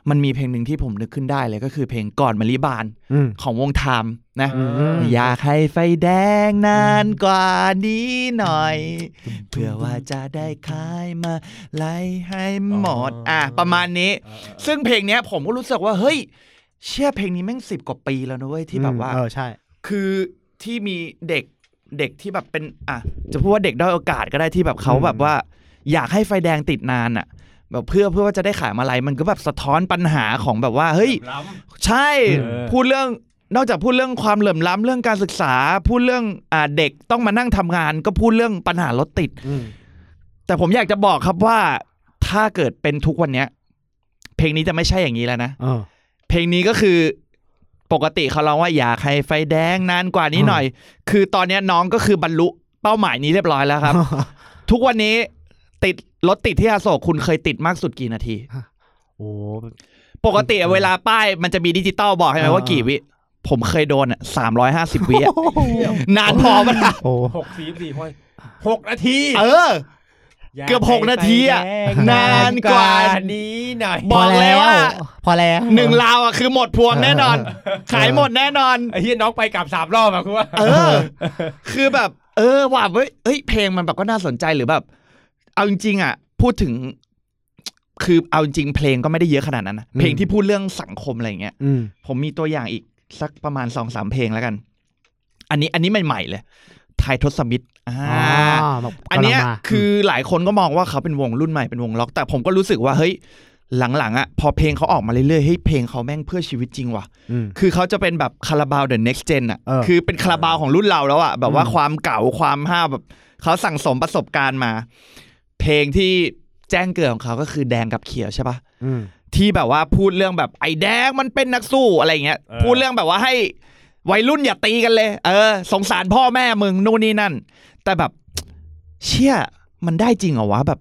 Speaker 6: มันมีเพลงหนึ่งที่ผมนึกขึ้นได้เลยก็คือเพลงก่อนมาริบาน
Speaker 7: ๆอืม
Speaker 6: ของวงไทม์นะ
Speaker 7: อืม
Speaker 6: อยากให้ไฟแดงนานกว่านี้หน่อย เพื่อว่าจะได้ขายมาไล่ให้หมด อ่ะ ประมาณนี้ ซึ่งเพลงเนี้ยผมก็รู้สึกว่า เฮ้ย เชื่อเพลงนี้แม่งสิบกว่าปีแล้วนะเว้ย ที่แบบว่า
Speaker 7: เออใช่
Speaker 6: คือที่มีเด็กเด็กที่แบบเป็น อ่ะ จะพูดว่าเด็กด้อยโอกาสก็ได้ที่แบบเขาแบบว่า อยากให้ไฟแดงติดนานอ่ะ แบบเพื่อเพื่อว่าจะได้ขายมาลัยมันก็แบบสะท้อนปัญหาของแบบว่าเฮ้ย
Speaker 5: ล้
Speaker 6: ใช่
Speaker 5: เออ
Speaker 6: พูดเรื่องนอกจากพูดเรื่องความเหลื่อมล้ำเรื่องการศึกษา พูดเรื่องอ่าเด็กต้องมานั่งทำงาน ก็พูดเรื่องปัญหารถติด
Speaker 7: อืม
Speaker 6: แต่ผมอยากจะบอกครับว่าถ้าเกิดเป็นทุกวันเนี้ย เพลงนี้จะไม่ใช่อย่างนี้แล้วนะ
Speaker 7: เออ
Speaker 6: เพลงนี้ก็คือปกติเขาร้องว่าอยากให้ไฟแดงนานกว่านี้หน่อย คือตอนเนี้ยน้องก็คือบรรลุเป้าหมายนี้เรียบร้อยแล้ว ครับ ทุกวันนี้ติดรถติดที่อโศกคุณเคยติดมากสุดกี่นาที
Speaker 7: โอ้
Speaker 6: ปกติอะเวลาป้ายมันจะมีดิจิตอลบอกใช่ไหม
Speaker 7: อ่า
Speaker 6: ว่ากี่วิ ผมเคยโดนอ่ะสามร้อยห้าสิบวิอะนานพอปะล่ะ
Speaker 7: โอ้
Speaker 5: หกสี่สี่ห้อยหกนาที
Speaker 6: เออ เกือบหกนาทีอะนานกว่า
Speaker 5: นี้หน่อย
Speaker 6: บอกเลยว่า
Speaker 7: พอแล้ว
Speaker 6: หนึ่งลาวอ่ะคือหมดพวงแน่นอน ขายหมดแน่นอน
Speaker 5: ไอ้เฮียน้องไปกลับสามรอบอะคุณว่า
Speaker 6: เออ คือแบบ เออว่าเว้ยเอ้ยเพลงมันแบบก็น่าสนใจหรือแบบ เอาจริงๆอ่ะ พูดถึง คือเอาจริงๆเพลงก็ไม่ได้เยอะขนาดนั้นนะเพลงที่พูดเรื่องสังคมอะไรอย่างเงี้ย
Speaker 7: อืม
Speaker 6: ผมมีตัวอย่างอีกสักประมาณสองสามเพลงแล้วกัน อันนี้อันนี้ใหม่ ๆ เลยไทยทศมิตรอ่า
Speaker 7: อ่าแบบ
Speaker 6: อันเนี้ย
Speaker 7: กำลังมา
Speaker 6: คือหลายคนก็มองว่าเขาเป็นวงรุ่นใหม่เป็นวงล็อก แต่ผมก็รู้สึกว่าเฮ้ยหลังๆอ่ะพอเพลงเขาออกมาเรื่อยๆเฮ้ยเพลงเขาแม่งเพื่อชีวิตจริงว่ะ
Speaker 7: อืม
Speaker 6: คือเขาจะเป็นแบบคาราบาวเดอะเน็กซ์เจนอ่ะ
Speaker 7: เออ
Speaker 6: คือเป็นคาราบาวของรุ่นเราแล้วอ่ะ แบบว่าความเก่าความห้าวแบบเขาสั่งสมประสบการณ์มา เพลงที่แจ้งเกิดของเขาก็คือแดงกับเขียวใช่ปะ
Speaker 7: อืม
Speaker 6: ที่แบบว่าพูดเรื่องแบบไอ้แดงมันเป็นนักสู้อะไรอย่างเงี้ย
Speaker 5: เออ
Speaker 6: พูดเรื่องแบบว่าให้วัยรุ่นอย่าตีกันเลย เออ สงสารพ่อแม่มึงนู่นนี่นั่น แต่แบบ เชี่ยมันได้จริงเหรอวะแบบ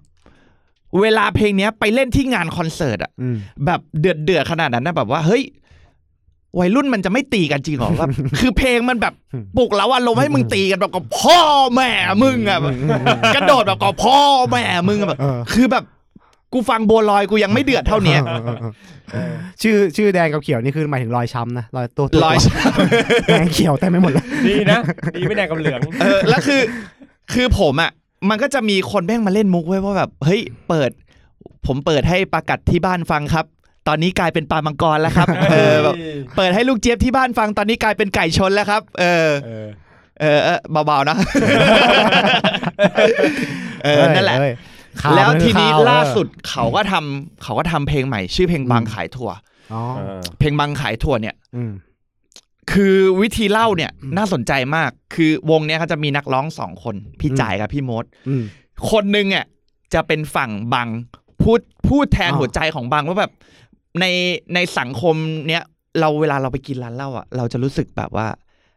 Speaker 6: เวลาเพลงเนี้ยไปเล่นที่งานคอนเสิร์ตอะ
Speaker 7: อืม
Speaker 6: แบบเดือดเดือดๆขนาดนั้นนะแบบว่าเฮ้ยวัยรุ่นมันจะไม่ตีกันจริงเหรอแบบ คือเพลงมันแบบปลุกแล้วอารมณ์ให้มึงตีกันแบบกับพ่อแม่มึงอะ แบบกระโดดแบบกับพ่อแม่มึงอะแบบ
Speaker 7: เออ
Speaker 6: คือแบบ กูฟังบัวลอยกูยังไม่เดือดเท่าเนี้ย
Speaker 7: ออเออเออชื่อชื่อแดงกับเขียวนี่คือหมายถึงรอยช้ำนะรอยตัวตัว
Speaker 6: ร อยช้
Speaker 7: แดงเขียวเต็มไปหมดเลย
Speaker 5: ดีนะ ดีไม่แดงกับเหลือง
Speaker 6: เออแล้วคือคือผมอ่ะมันก็จะมีคนแม่งมาเล่นมุกไว้ยว่าแบบเฮ้ยเปิด ผมเปิดให้ปากัดที่บ้านฟังครับ ตอนนี้กลายเป็นปลามังกรแล้วครับ เออแบบเปิดให้ลูกเจี๊ยบที่บ้านฟังตอนนี้กลายเป็นไก่ชนแล้วครับ เออ
Speaker 5: เออ
Speaker 6: เออเออเบาๆนะ เออนั่นแหละ
Speaker 7: เอ้ยข่าว
Speaker 6: แล้ว
Speaker 7: มันคือ
Speaker 6: ทีนี้
Speaker 7: ข่ว
Speaker 6: ล่าสุดเขาก็ทำเขาก็ทำเพลงใหม่ ชื่อเพลงบางขายถั่ว
Speaker 7: เอออ๋อ
Speaker 6: เพลงบางขายถั่วเนี่ย
Speaker 7: อืม
Speaker 6: คือวิธีเล่าเนี่ยน่าสนใจมาก คือวงเนี้ยเขาจะมีนักร้องสองคน พี่
Speaker 7: อืม
Speaker 6: จ่ายกับพี่มด
Speaker 7: อืม
Speaker 6: คนหนึ่งอ่ะจะเป็นฝั่งบังพูดพูดแทน
Speaker 7: อ่า
Speaker 6: หัวใจของบังว่าแบบในในสังคมเนี้ยเราเวลาเราไปกินร้านเหล้าอ่ะ เราจะรู้สึกแบบว่า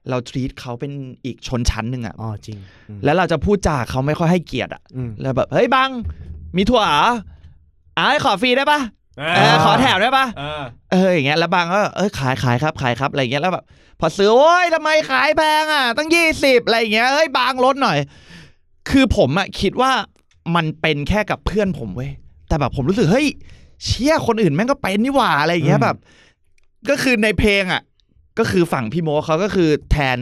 Speaker 6: เราทรีตเขาเป็นอีกชนชั้นหนึ่งอ่ะ
Speaker 7: อ๋อจริงอืม
Speaker 6: แล้วเราจะพูดจาเขาไม่ค่อยให้เกียรติอ่ะ
Speaker 7: อืม
Speaker 6: แล้วแบบเฮ้ยบังมีถั่วเหรออ่ะให้ขอฟรีได้ปะเออขอแถมได้ปะ
Speaker 5: เออ
Speaker 6: เอออย่างเงี้ยแล้วบางก็เอยขายขายครับขายครับอะไรเงี้ยแล้วแบบพอซื้อโอ้ยทำไมขายแพงอ่ะตั้งยี่สิบอะไรเงี้ยเอ้ยบางลดหน่อย คือผมอะคิดว่ามันเป็นแค่กับเพื่อนผมเว้ยแต่แบบผมรู้สึกเฮ้ยเชี่ยคนอื่นแม่งก็เป็นนี่หว่าอะไรเงี้ย
Speaker 7: อืม
Speaker 6: แบบ ก็คือในเพลงอ่ะ ก็คือฝั่งพี่โมเขาก็คือแทน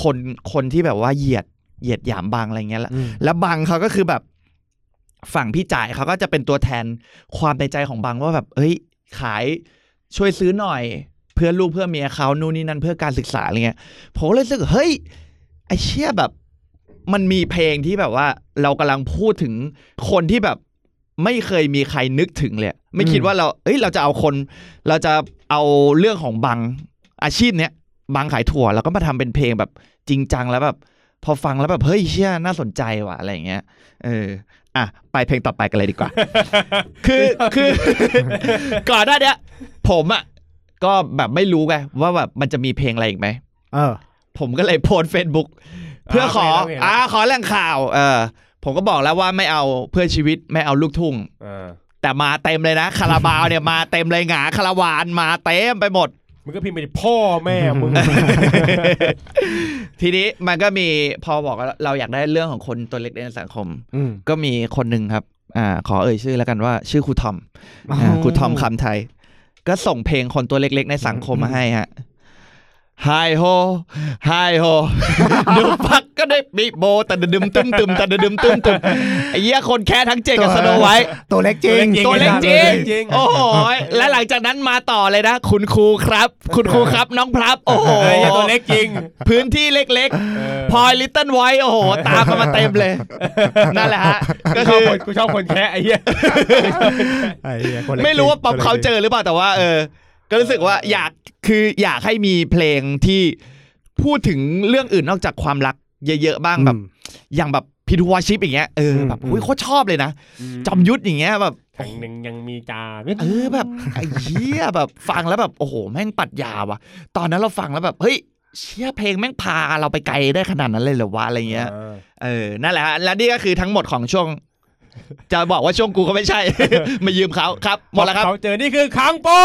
Speaker 6: คนคนที่แบบว่าเหยียดเหยียดหยามบางอะไรเงี้ยแหละ
Speaker 7: อืม
Speaker 6: แล้วบังเขาก็คือแบบฝั่งพี่จ่ายเขาก็จะเป็นตัวแทนความในใจของบังว่าแบบ เอ้ย ขายช่วยซื้อหน่อย เพื่อลูกเพื่อเมียเขานู่นนี่นั่นเพื่อการศึกษาอะไรเงี้ยผมเลยรู้สึกเฮ้ยไอเชี่ยแบบ มันมีเพลงที่แบบว่า เรากำลังพูดถึงคนที่แบบ ไม่เคยมีใครนึกถึงเลย ไม่คิดว่าเราเอ้ยเราจะเอาคน เราจะเอาเรื่องของบังอาชีพเนี้ยบังขายถั่วแล้วก็มาทำเป็นเพลงแบบจริงจังแล้วแบบ พอฟังแล้วแบบ เฮ้ยเชี่ยน่าสนใจว่ะอะไรอย่างเงี้ยเอออ่ะไปเพลงต่อไปกันเลยดีกว่า คือคือ ก่อนหน้าเนี้ยผมอ่ะก็แบบไม่รู้ไงว่าแบบมันจะมีเพลงอะไรอีกไหม
Speaker 7: เออ
Speaker 6: ผมก็เลยโพสเฟซบุ๊กเพื่อขอ
Speaker 5: โอเคแล้วโอเคแล้ว
Speaker 6: อ่าขอแหล่งข่าว เออ ผมก็บอกแล้วว่าไม่เอาเพื่อชีวิตไม่เอาลูกทุ่ง
Speaker 5: อ่า
Speaker 6: แต่มาเต็มเลยนะคาราบาวเนี่ยมาเต็มเลยหงาคาราวานมาเต็มไปหมด
Speaker 5: มึงก็พิมพ์ไปดิพ่อแม่มึง
Speaker 6: ทีนี้มันก็มีพอบอกว่าเราอยากได้เรื่องของคนตัวเล็กในสังคม
Speaker 7: อืม
Speaker 6: ก็มีคนหนึ่งครับ อ่า ขอเอ่ยชื่อแล้วกันว่า ชื่อครูทอมอ่าครูทอมคำไทย ก็ส่งเพลงคนตัวเล็กๆในสังคมมาให้ฮะไฮโฮไฮโฮ ดูปักก็ได้บีบโบตัดดึมตึมตึมตัดดึมตึมตึมไอ้เหี้ยคนแค่ทั้งเจดกับสโนไวท์
Speaker 7: ตัวเล็กจริง
Speaker 6: ตัวเล็กจ
Speaker 5: ตัวเล็กจริ
Speaker 6: ริง
Speaker 5: ง
Speaker 6: โอ้โหและหลังจากนั้นมาต่อเลยนะ คุณครูครับ คุณครูครับน้องพรับ โอ้โห
Speaker 5: เฮ้ยตัวเล็กจริง
Speaker 6: พื้นที่เล็ก
Speaker 5: เ
Speaker 6: ๆพอยลิตเติ้ลไวโอ้โห ตามกันมาเต็มเลย นั่นแหละฮะ ก็
Speaker 5: ช
Speaker 6: คื
Speaker 5: อบ
Speaker 6: อ
Speaker 5: คนกูชอบคนแค่ไอ้เหี้ย
Speaker 7: ไอ้เหี้ยคนเล็กจง
Speaker 6: ไม่รู้ว่าป๊อป
Speaker 7: ตัวล็ก
Speaker 6: เขาเจอหรือเปล่าแต่ว่า เออ ก็รู้สึกว่าอยากคืออยากให้มีเพลงที่พูดถึงเรื่องอื่นนอกจากความรักเยอะๆบ้างแบบ
Speaker 7: อืม
Speaker 6: อย่างแบบพิทูวาชิปอย่างเงี้ยเออแบบอุ้ยโคตรชอบเลยนะจอมยุทธอย่างเงี้ยแบบ
Speaker 5: แห่งหนึ่งยังมีจา
Speaker 6: เออแบบไอ้เหี้ยแบบฟังแล้วแบบโอ้โหแม่งปรัดยาว่ะ ตอนนั้นเราฟังแล้วแบบเฮ้ยเชี่ยเพลงแม่งพาเราไปไกลได้ขนาดนั้นเลยเหรอวะอะไรเงี้ยเออนั่นแหละฮะและนี่ก็คือทั้งหมดของช่วง จะบอกว่าช่วงกูก็ไม่ใช่ มายืมเขาครับหมดแล้วครับ
Speaker 5: เขาเจอนี่คือค้างโป้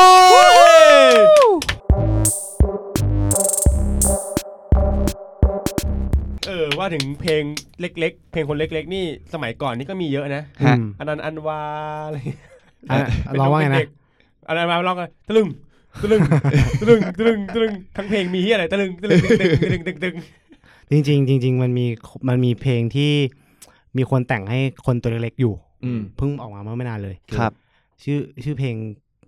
Speaker 5: เออว่าถึงเพลงเล็ก ๆ เพลงคนเล็ก ๆ นี่สมัยก่อนนี่ก็มีเยอะนะ
Speaker 6: ฮะ
Speaker 5: อันนั้นต์อันวาอะไรเงี้ย
Speaker 7: อ่ะ
Speaker 5: เป็
Speaker 7: ร้องว่าไง
Speaker 5: เป็
Speaker 7: นะ
Speaker 5: เด็กอันนั้นต์อันวาร้องกันตะลึงตะลึงตะลึงตะลึงตะลึงทั้งเพลงมีเหียอะไรตะลึงตะลึงตึงตึงตึงตึงตึง
Speaker 7: จริงๆจริงๆมันมีมันมีเพลงที่มีคนแต่งให้คนตัวเล็กๆอยู่
Speaker 6: อืม
Speaker 7: เพิ่งออกมาเมื่อไม่นานเลย
Speaker 6: ครับ
Speaker 7: ชื่อชื่อเพลง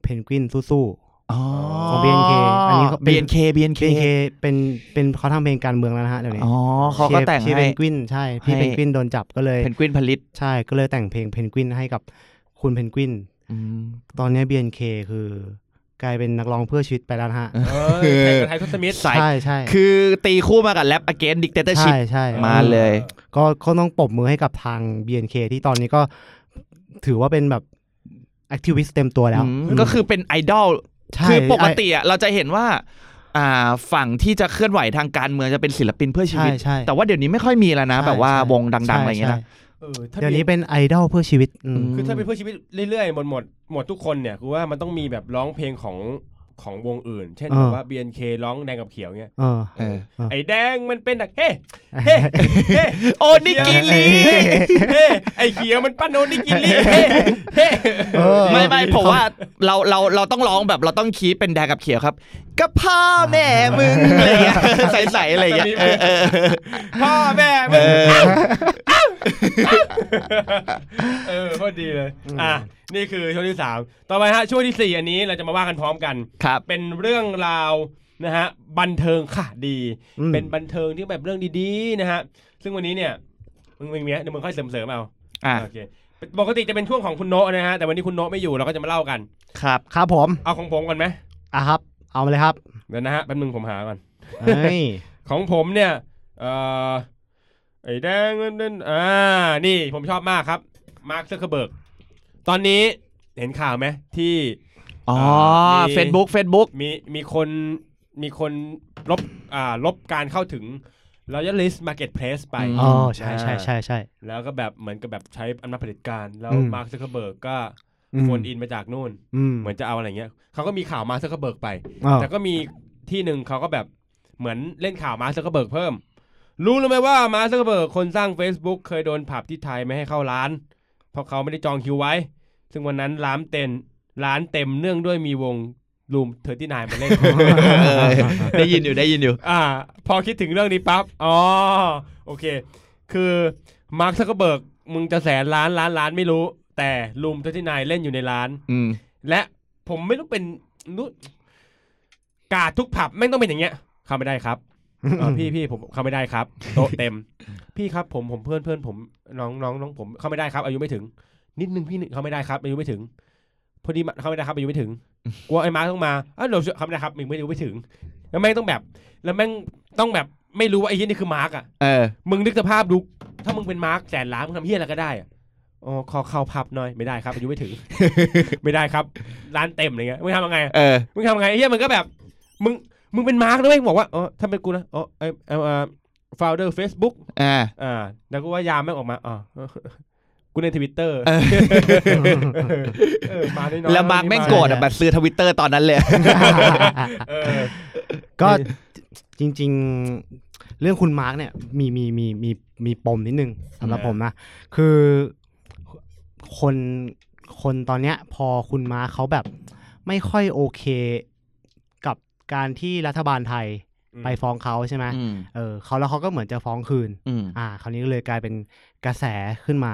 Speaker 7: เพนกวินสู้
Speaker 6: อ๋อ
Speaker 7: ๆของ BNK อันนี้เขา
Speaker 6: BNK BNK
Speaker 7: BNK เป็นเป็นเขาทำเพลงการเมืองแล้วนะฮะเดี๋ยวนี้
Speaker 6: อ๋อเขาก็แต่ง
Speaker 7: ชื่อเพ
Speaker 6: ให้
Speaker 7: นกวินใช่พี่
Speaker 6: ให้
Speaker 7: เพนกวินโดนจับก็เลย
Speaker 6: เพนกวินผลิต
Speaker 7: ใช่ก็เลยแต่งเพลงเพนกวินให้กับคุณเพนกวิน
Speaker 6: อืม
Speaker 7: ตอนเนี้ย BNK คือ กลายเป็นนักร้องเพื่อชีวิตไปแล้วนะฮะ
Speaker 5: เออใครกับไทยทศมิตร
Speaker 6: สาย
Speaker 7: ใช่ใช่
Speaker 6: คือตีคู่มากับแรป against dictatorship
Speaker 7: ใช่ใช่
Speaker 6: มาเลย
Speaker 7: ก็ก็ต้องปรบมือให้กับทาง BNK ที่ตอนนี้ก็ถือว่าเป็นแบบแอคทิวิสต์เต็มตัวแล้ว
Speaker 6: ก็คือเป็นไอดอล
Speaker 7: ใช่
Speaker 6: คือปกติอะเราจะเห็นว่า อ่าฝั่งที่จะเคลื่อนไหวทางการเมืองจะเป็นศิลปินเพื่อชี
Speaker 7: ใช่
Speaker 6: วิต
Speaker 7: ใช่
Speaker 6: แต่ว่าเดี๋ยวนี้ไม่ค่อยมีแล้วนะ
Speaker 7: ใช่
Speaker 6: แบบว่าวงดัง ๆ
Speaker 7: ใช่
Speaker 6: อะไรเงี้ยนะ
Speaker 7: ใช่
Speaker 5: เออถ้า
Speaker 7: เดี๋ยว
Speaker 5: มี
Speaker 7: นี้เป็นไอดอลเพื่อชีวิตอืม
Speaker 5: คือถ้าเป็นเพื่อชีวิตเรื่อยๆหมดหมดหมดทุกคนเนี่ยคือว่ามันต้องมีแบบร้องเพลงของของวงอื่น เช่น
Speaker 7: เออ
Speaker 5: แบบว่า BNK ร้องแดงกับเขียวเนี่ย
Speaker 7: เออ
Speaker 6: เออ
Speaker 7: อ
Speaker 5: ไอ้แดงมันเป็นดักเฮ้เฮ้เฮ้
Speaker 6: โอนิกิลี
Speaker 5: เฮ้เฮ้ไอ้เขียวมันปั้นโอนิกิลีเฮ้เฮ้
Speaker 7: เออ
Speaker 6: ไม่ไม่ผมว่าเราเราเราต้องร้องแบบเราต้องคีดเป็นแดงกับเขียวครับกับพ่อแม่มึงอะไรเงี้ย ใสๆอะไรเงี้ยเออเออเออ
Speaker 5: พ่อแม่มึง
Speaker 6: เออ
Speaker 5: เออโคตรดีเลย อ่ะนี่คือช่วงที่สามต่อไปฮะช่วงที่สี่อันนี้เราจะมาว่ากันพร้อมกัน
Speaker 6: ครับ
Speaker 5: เป็นเรื่องราวนะฮะบันเทิงค่ะดี
Speaker 7: อืม
Speaker 5: เป็นบันเทิงที่แบบเรื่องดีๆนะฮะ ซึ่งวันนี้เนี่ยมึงมึงเนี้ยเดี๋ยวมึงค่อยเสริมๆเอา
Speaker 6: อ่ะ
Speaker 5: โอเคปกติจะเป็นช่วงของคุณโนะนะฮะ แต่วันนี้คุณโนะไม่อยู่เราก็จะมาเล่ากัน
Speaker 6: ครับ
Speaker 7: ครับผม
Speaker 5: เอาของผมก่อนไหม
Speaker 7: อ่ะครับ เอามาเลยครับ
Speaker 5: เดี๋ยวนะฮะแป๊บนึงผมหาก่อน
Speaker 7: เฮ้ย
Speaker 5: ของผมเนี่ยเอ่อไอ้แดงนั่นๆอ่านี่ผมชอบมากครับมาร์คซักเคเบิร์กตอนนี้เห็นข่าวไหมที่
Speaker 6: อ๋อ
Speaker 5: อ่ามี
Speaker 6: Facebook Facebook
Speaker 5: มีมีคนมีคนลบอ่าลบการเข้าถึง Royalist Marketplace ไป
Speaker 6: อืม
Speaker 7: อ๋อใช่ใช่ใช่ใช่
Speaker 5: แล้วก็แบบเหมือนกับแบบใช้อำนาจเผด็จการแล้ว
Speaker 7: อืม
Speaker 5: มาร์คซักเคเบิร์กก็
Speaker 7: อืม
Speaker 5: โฟนอินมาจากนู่น
Speaker 7: อืม
Speaker 5: เหมือนจะเอาอะไรเงี้ยเขาก็มีข่าวมาร์คซักเคเบิร์กไป
Speaker 7: อ้าว
Speaker 5: แต่ก็มีที่หนึ่งเขาก็แบบเหมือนเล่นข่าวมาร์คซักเคเบิร์กเพิ่ม รู้หรือไหมว่ามาร์คซักเคเบิร์กคนสร้าง Facebook เคยโดนผับที่ไทยไม่ให้เข้าร้าน เพราะเขาไม่ได้จองคิวไว้ ซึ่งวันนั้นร้านเต็มร้านเต็มเนื่องด้วยมีวงรูมเธอที่นายมาเล่น
Speaker 6: เออได้ยินอยู่ได้ยินอยู่
Speaker 5: อ่าพอคิดถึงเรื่องนี้ปั๊บ อ๋อ โอเค คือมาร์คซักเบิร์กมึงจะแสนล้านล้านล้านไม่รู้ แต่ลุมเจ้าที่นายเล่นอยู่ในร้าน
Speaker 6: อืม
Speaker 5: และผมไม่รู้เป็นรู้กาดทุกผับไม่งต้องเป็นอย่างเงี้ย เข้าไม่ได้ครับเออพี่พี่ผมเข้าไม่ได้ครับ โต๊ะเต็ม พี่ครับผมผมเพื่อนเพื่อนผมน้องน้องน้องผมเข้าไม่ได้ครับ อายุไม่ถึง นิดนึงพี่หนึ่งเข้าไม่ได้ครับ อายุไม่ถึง พอดีมาเข้าไม่ได้ครับอายุไม่ถึงกลัวไอ้มาร์คต้องมาอ้าวเดี๋ยวเข้าไม่ได้ครับมึงไม่อายุไม่ถึง แล้วแม่งต้องแบบ แล้วแม่งต้องแบบไม่รู้ว่าไอ้ยี่นี่คือมาร์กอ่ะ
Speaker 6: เออ
Speaker 5: มึงนึกสภาพดู ถ้ามึงเป็นมาร์กแสนล้านมึงทำเฮี้ยอะไรก็ได้อะอ๋อขอเข้าพับหน่อยไม่ได้ครับอายุไม่ถึง ไม่ได้ครับ ร้านเต็มอะไรเงี้ยมึงทำยังไงอะ
Speaker 6: เออ
Speaker 5: มึงทำยังไงไอ้เฮี้ยมันก็แบบ มึงมึงเป็นมาร์กแล้วแม่งบอกว่าอ๋อถ้าเป็นกูนะอ๋อไอเออเออ ฟาวเดอร์ Facebook
Speaker 6: อ่า
Speaker 5: อ่าแล้วก็ว่ายามแม่งออกมาอ๋อ กูในทวิตเตอร์
Speaker 6: เออ
Speaker 5: มาน้อยๆ
Speaker 6: แล้วมาร์กแม่ง
Speaker 5: า
Speaker 6: โกรธอ่ะมาซื้อทวิตเตอร์ตอนนั้นเลย
Speaker 5: เออ
Speaker 7: ก็จริงๆเรื่องคุณมาร์กเนี่ยมีมีมีมีมีปมนิดนึงสำหรับผมนะ คือคนคนตอนเนี้ยพอคุณมาร์กเขาแบบไม่ค่อยโอเคกับการที่รัฐบาลไทย
Speaker 5: อืม
Speaker 7: ไปฟ้องเขาใช่ไหม
Speaker 6: อืม
Speaker 7: เออเขาแล้วเขาก็เหมือนจะฟ้องคืน
Speaker 6: อืม
Speaker 7: อ่า คราวนี้ก็เลยกลายเป็นกระแสขึ้นมา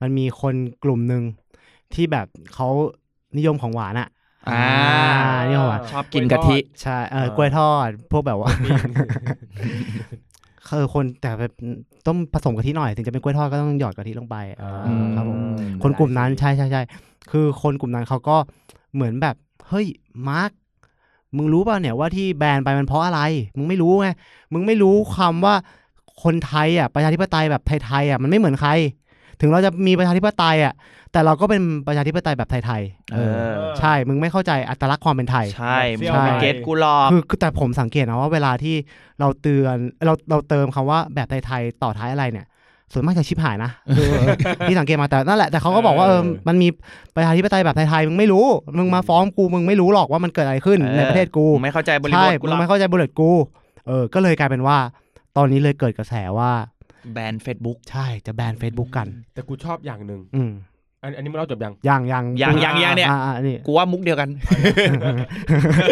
Speaker 7: มันมีคนกลุ่มหนึ่งที่แบบเขานิยมของหวานอะ
Speaker 6: อ่า
Speaker 7: นิยมของหวาน
Speaker 6: ชอบกินกะ ทิ
Speaker 7: ใช่เออ
Speaker 5: เออ
Speaker 7: กล้วยทอด พวกแบบว่าคือคนแต่แบบต้องผสมกะทิหน่อย ถึงจะเป็นกล้วยทอดก็ต้องหยอดกะทิลงไปอ่า
Speaker 6: อืม
Speaker 7: ครับผมคนกลุ่มนั้นใช่ใช่ใช่คือคนกลุ่มนั้นเขาก็เหมือนแบบ เฮ้ย มาร์คมึงรู้ป่ะเนี่ยว่าที่แบนไปมันเพราะอะไร มึงไม่รู้ไงมึงไม่รู้คำว่าคนไทยอ่ะประชาธิปไตยแบบไทยๆอ่ะมันไม่เหมือนใคร ถึงเราจะมีประชาธิปไตยอ่ะแต่เราก็เป็นประชาธิปไตยแบบไทยๆ
Speaker 6: เอ
Speaker 7: เออ
Speaker 6: อ
Speaker 7: ใช่มึงไม่เข้าใจอัตลักษณ์ความเป็นไทย
Speaker 6: ใช่
Speaker 5: ใช่
Speaker 6: มึงไม่เก็ตกูหรอก
Speaker 7: คือคือแต่ผมสังเกตนะว่าเวลาที่เราเตือนเราเราเติมคำว่าแบบไทยๆต่อท้ายอะไรเนี่ย ส่วนมากจะชิบหายนะเออ ที่สังเกตมาแต่นั่นแหละแต่เขาก็บอกว่าเออ
Speaker 5: เออ
Speaker 7: มันมีประชาธิปไตยแบบไทยๆมึงไม่รู้ มึงมาฟ้องกูมึงไม่รู้หรอกว่ามันเกิดอะไรขึ้นในประเทศกู
Speaker 6: มึงไม่เข้าใจบริบ
Speaker 7: ใช่
Speaker 6: ทกู
Speaker 7: มึ
Speaker 6: ห
Speaker 7: ง
Speaker 6: รอ
Speaker 7: ไม่
Speaker 6: ก
Speaker 7: เข้าใจบริบทกูเออก็เลยกลายเป็นว่า ตอนนี้เลยเกิดกระแสว่า
Speaker 6: แบนเฟซบุ๊ก
Speaker 7: ใช่จะแบน Facebook กัน
Speaker 5: แต่กูชอบอย่างหนึ่ง
Speaker 7: อืม
Speaker 5: อันอันนี้มันเล่าจบยัง
Speaker 7: ยังยัง
Speaker 6: ยังยังยังเนี่ย
Speaker 7: อ่าอ่า นี่
Speaker 6: กูว่ามุกเดียวกัน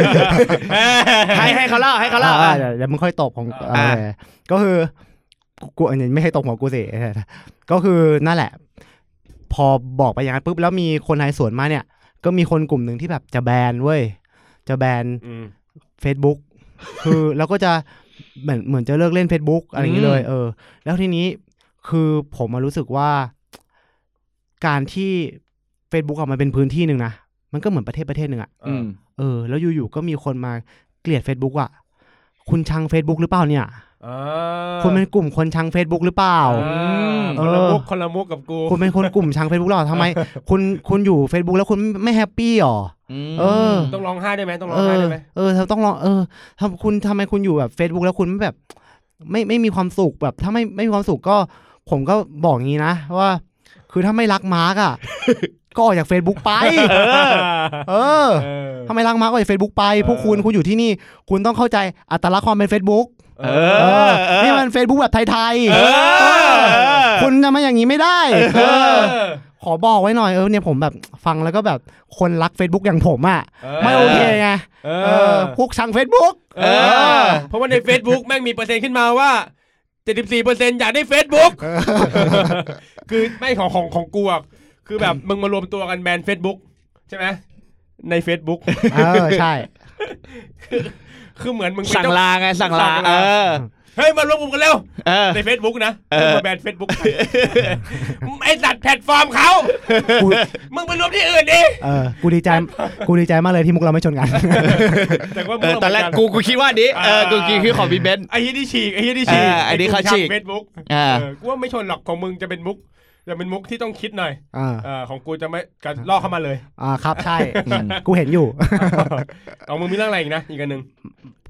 Speaker 6: ให้ให้เขาเล่าให้เขาเล่า
Speaker 7: อ่าเดี๋ยวเดี๋ยวมึงค่อยตบของเอออก็คือกูอันนี้ไม่ให้ตบหัวกูสิ ก็คือนั่นแหละ พอบอกไปอย่างนั้นปุ๊บแล้วมีคนไทยสวนมาเนี่ย ก็มีคนกลุ่มหนึ่งที่แบบจะแบนเว้ย จะแบน
Speaker 5: อืม
Speaker 7: Facebook คือแล้วก็จะเหมือนเหมือนจะเลิกเล่น Facebook อะไรอย่างนี้เลย เออ แล้วทีนี้คือผมมารู้สึกว่า การที่ Facebook อะมันเป็นพื้นที่หนึ่งนะมันก็เหมือนประเทศประเทศหนึ่งอะ
Speaker 5: อืม
Speaker 7: เออแล้วอยู่ๆก็มีคนมาเกลียด Facebook อ่ะ คุณชัง Facebook หรือเปล่าเนี่ย
Speaker 5: อ่า
Speaker 7: คุณเป็นกลุ่มคนชัง Facebook หรือเปล่า
Speaker 5: ม
Speaker 7: เอ
Speaker 5: คน
Speaker 7: อ
Speaker 5: ละมุกคนละมุกกับกู
Speaker 7: คุณเป็นคนกลุ่มชัง Facebook หรอทำไม คุณคุณอยู่ Facebook แล้วคุณไม่แฮปปี้หรอ เออ
Speaker 5: ต้องร้องไห้ได้ไหมต้องร้อ
Speaker 7: เอง
Speaker 5: ไห้
Speaker 7: อ
Speaker 5: ได้ไหม
Speaker 7: เออเธอต้องลองเออทำคุณทำไมคุณอยู่แบบ Facebook แล้วคุณไม่แบบ ไม่ไม่มีความสุขแบบ ถ้าไม่ไม่มีความสุขก็ ผมก็บอกอย่างนี้นะว่า คือถ้าไม่รักมาร์กอ่ะ ก็ออกจาก Facebook ไป เออ
Speaker 5: เออ
Speaker 7: ทำไมล้างมาร์กไอ้เฟซบุ๊กไป พวกคุณ
Speaker 5: เออ
Speaker 7: คุณอยู่ที่นี่ คุณต้องเข้าใจอัตลักษณ์ความเป็น Facebook
Speaker 5: เอ
Speaker 6: เอ
Speaker 5: อ
Speaker 6: อ
Speaker 7: เออนี่มัน Facebook แบบไทยๆ
Speaker 6: เออ
Speaker 7: คุณจะมาอย่างนี้ไม่ได้ เออ ขอบอกไว้หน่อยเออเนี่ยผมแบบฟังแล้วก็แบบคนรัก Facebook อย่างผมอ่ะ
Speaker 5: เออ
Speaker 7: ไม่โอเคไง
Speaker 5: เอ
Speaker 7: เออ
Speaker 5: อ
Speaker 7: พวกชัง Facebook
Speaker 5: เออ เพราะว่าใน Facebook แม่งมีเปอร์เซ็นต์ขึ้นมาว่า74เปอร์เซ็นต์อยากได้ Facebook คือไม่ของของของกูอะคือแบบมึงมารวมตัวกันแบน Facebook ใช่ไหมใน Facebook
Speaker 7: เออใช่
Speaker 5: คือเหมือนมึงเป็น
Speaker 6: สั่ง
Speaker 5: เจ้า
Speaker 6: ลาไงสั่งลา
Speaker 5: สั่งลา
Speaker 6: เออ
Speaker 5: เฮ้ยมารวมกลุ่มกันเร็ว
Speaker 6: เออ
Speaker 5: ใน Facebook นะ
Speaker 6: เออ
Speaker 5: มึงมาแบน Facebook ไอสัตว์แพลตฟอร์มเขา
Speaker 7: กู
Speaker 5: มึงไปรวมที่อื่นดิ
Speaker 7: เออกูดีใจกูดีใจมากเลยที่มุกเราไม่ชนกัน
Speaker 5: แต่ว่า
Speaker 6: เอ
Speaker 5: มึง
Speaker 6: อตอนแรกกูกูคิดว่าอันนี้เออกูคิดคือของพี่เบนซ์
Speaker 5: ไอ้ยี่ที่ฉีกไอ้ยี่ที่ฉีก
Speaker 6: เออไอ้นี่เขาฉีก
Speaker 5: เฟซบุ๊ก
Speaker 6: อ่า
Speaker 5: เออกูว่าไม่ชนหรอกของมึงจะเป็นมุกจะเป็นมุกที่ต้องคิดหน่อย
Speaker 7: อ่า
Speaker 5: เออของกูจะไม่การล่อกเข้ามาเลย
Speaker 7: อ่าครับใช่กูเห็นอยู่
Speaker 5: เอามึงมีเรื่องอะไรอีกนะอีกอันหนึ่ง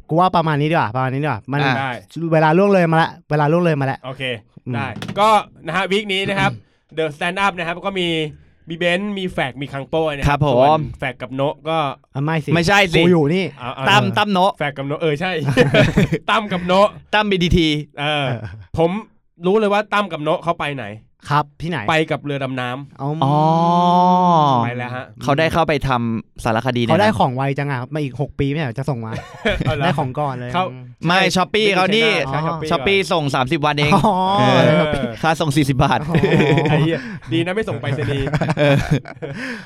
Speaker 7: กูว่าประมาณนี้ดีกว่าประมาณนี้ดีกว่ามัน
Speaker 6: อ่ะ
Speaker 5: ได้
Speaker 7: เวลาล่วงเลยมาละเวลาล่วงเลยมาละ
Speaker 5: โอเค
Speaker 7: อืม
Speaker 5: ได้ ก็นะฮะวีคนี้นะครับ The Stand Up นะครับก็มีมีเบนซ์มีแฟกมีคังโป้นะครับ
Speaker 6: ผม
Speaker 5: ส่วนแฟกกับโนะก็
Speaker 7: อ่ะไม่สิ
Speaker 6: ไม่ใช่สิ
Speaker 7: กูอยู่นี่
Speaker 5: เอาเอา
Speaker 6: ตั้มตั้มโนะ
Speaker 5: แฟกกับโนะเออ ใช่ ตั้มกับโนะ
Speaker 6: ตั้มบีดีที
Speaker 5: เออผมรู้เลยว่าตั้มกับโนะเขาไปไหน
Speaker 7: ครับที่ไหน
Speaker 5: ไปกับเรือดำน้
Speaker 7: เอา
Speaker 6: อ๋อ
Speaker 5: ำไปแล้วฮะ
Speaker 6: เขาได้เข้าไปทำสารคดีใน
Speaker 7: เขาได้
Speaker 6: นั้น
Speaker 7: ของไวจังอ่ะมาอีก 6 ปีไม่ใช่เหรอจะส่งมา
Speaker 5: เอาละ
Speaker 7: ได้ของก่อนเลย
Speaker 5: เขา
Speaker 6: ไม่ช้อปปี้เขานี่
Speaker 5: ใช้
Speaker 6: ช้อปปี้
Speaker 5: ก่
Speaker 6: ส่ง 30 วันเอง
Speaker 7: อ๋อ
Speaker 6: เอ
Speaker 5: อน
Speaker 6: อ
Speaker 5: เออ
Speaker 6: ค่าส่ง 40 บาท
Speaker 5: ไอ้เหี้ยดีนะไม่ส่งไปรษณีย์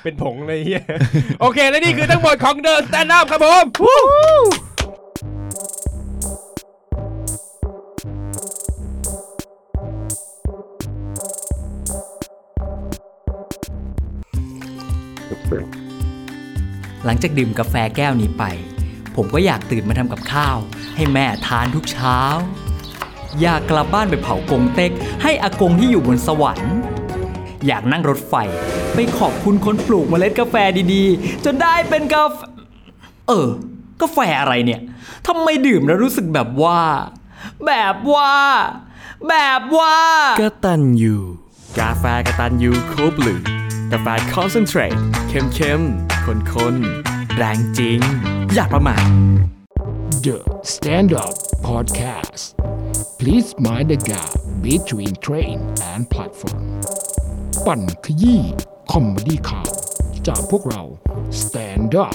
Speaker 5: เป็นผงเลยไอ้เฮียโอเค และนี่คือทั้งหมดของ The Stand Up ครับผม
Speaker 8: หลังจากดื่มกาแฟแก้วนี้ไป ผมก็อยากตื่นมาทำกับข้าว ให้แม่ทานทุกเช้า อยากกลับบ้านไปเผากงเต็ก ให้อากงที่อยู่บนสวรรค์ อยากนั่งรถไฟ ไปขอบคุณคนปลูกเมล็ดกาแฟดีๆ จนได้เป็นกาแฟ เออ กาแฟอะไรเนี่ยทำไมดื่มแล้วรู้สึกแบบว่า แบบว่า แบบว่า
Speaker 9: กตันยูกาแฟกตันยูครบหรือกาแฟคอนเซนเทรตเข้มๆข้นๆ แรงจริง อย่าประมาท
Speaker 3: The Stand Up Podcast. Please mind the gap between train and platform. ปั่นขยี้คอมเมดี้ข่าวจากพวกเรา Stand Up